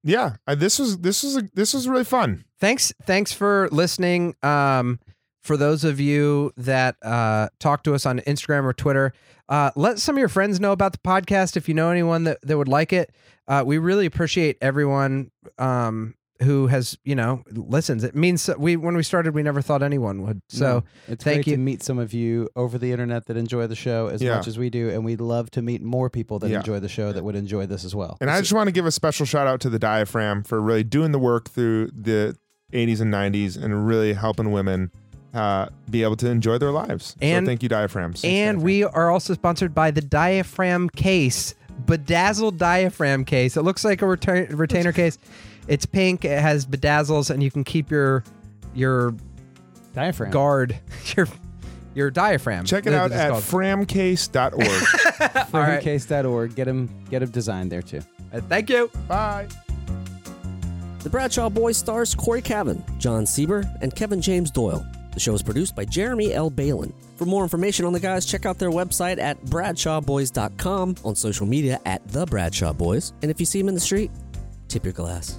G: yeah, uh, this was this was a, this was really fun.
F: thanks thanks for listening um for those of you that uh talk to us on instagram or twitter uh let some of your friends know about the podcast if you know anyone that, that would like it uh we really appreciate everyone um who has you know listens it means we when we started we never thought anyone would so
E: No, Mm. it's
F: thank
E: great
F: you.
E: to meet some of you over the internet that enjoy the show as
G: Yeah.
E: much as we do, and we'd love to meet more people that
G: Yeah.
E: enjoy the show that would enjoy this as well.
G: And I just want to give a special shout out to the diaphragm for really doing the work through the 80s and 90s and really helping women uh, be able to enjoy their lives.
F: And-
G: so thank you, diaphragms.
F: and we are also sponsored by the diaphragm case bedazzled diaphragm case it looks like a retain retainer case it's pink it has bedazzles and you can keep your your
E: diaphragm.
F: guard your your diaphragm.
G: Check it
F: That's
G: out
F: what it's
G: at
F: called.
G: framcase.org.
F: All right.
E: Case.org. Get him. Get him designed there too.
F: Uh, Thank you.
G: Bye.
L: The Bradshaw Boys stars Corey Cavan, John Sieber, and Kevin James Doyle. The show is produced by Jeremy L. Balin. For more information on the guys, check out their website at bradshawboys.com, on social media at The Bradshaw Boys, and if you see them in the street, tip your glass.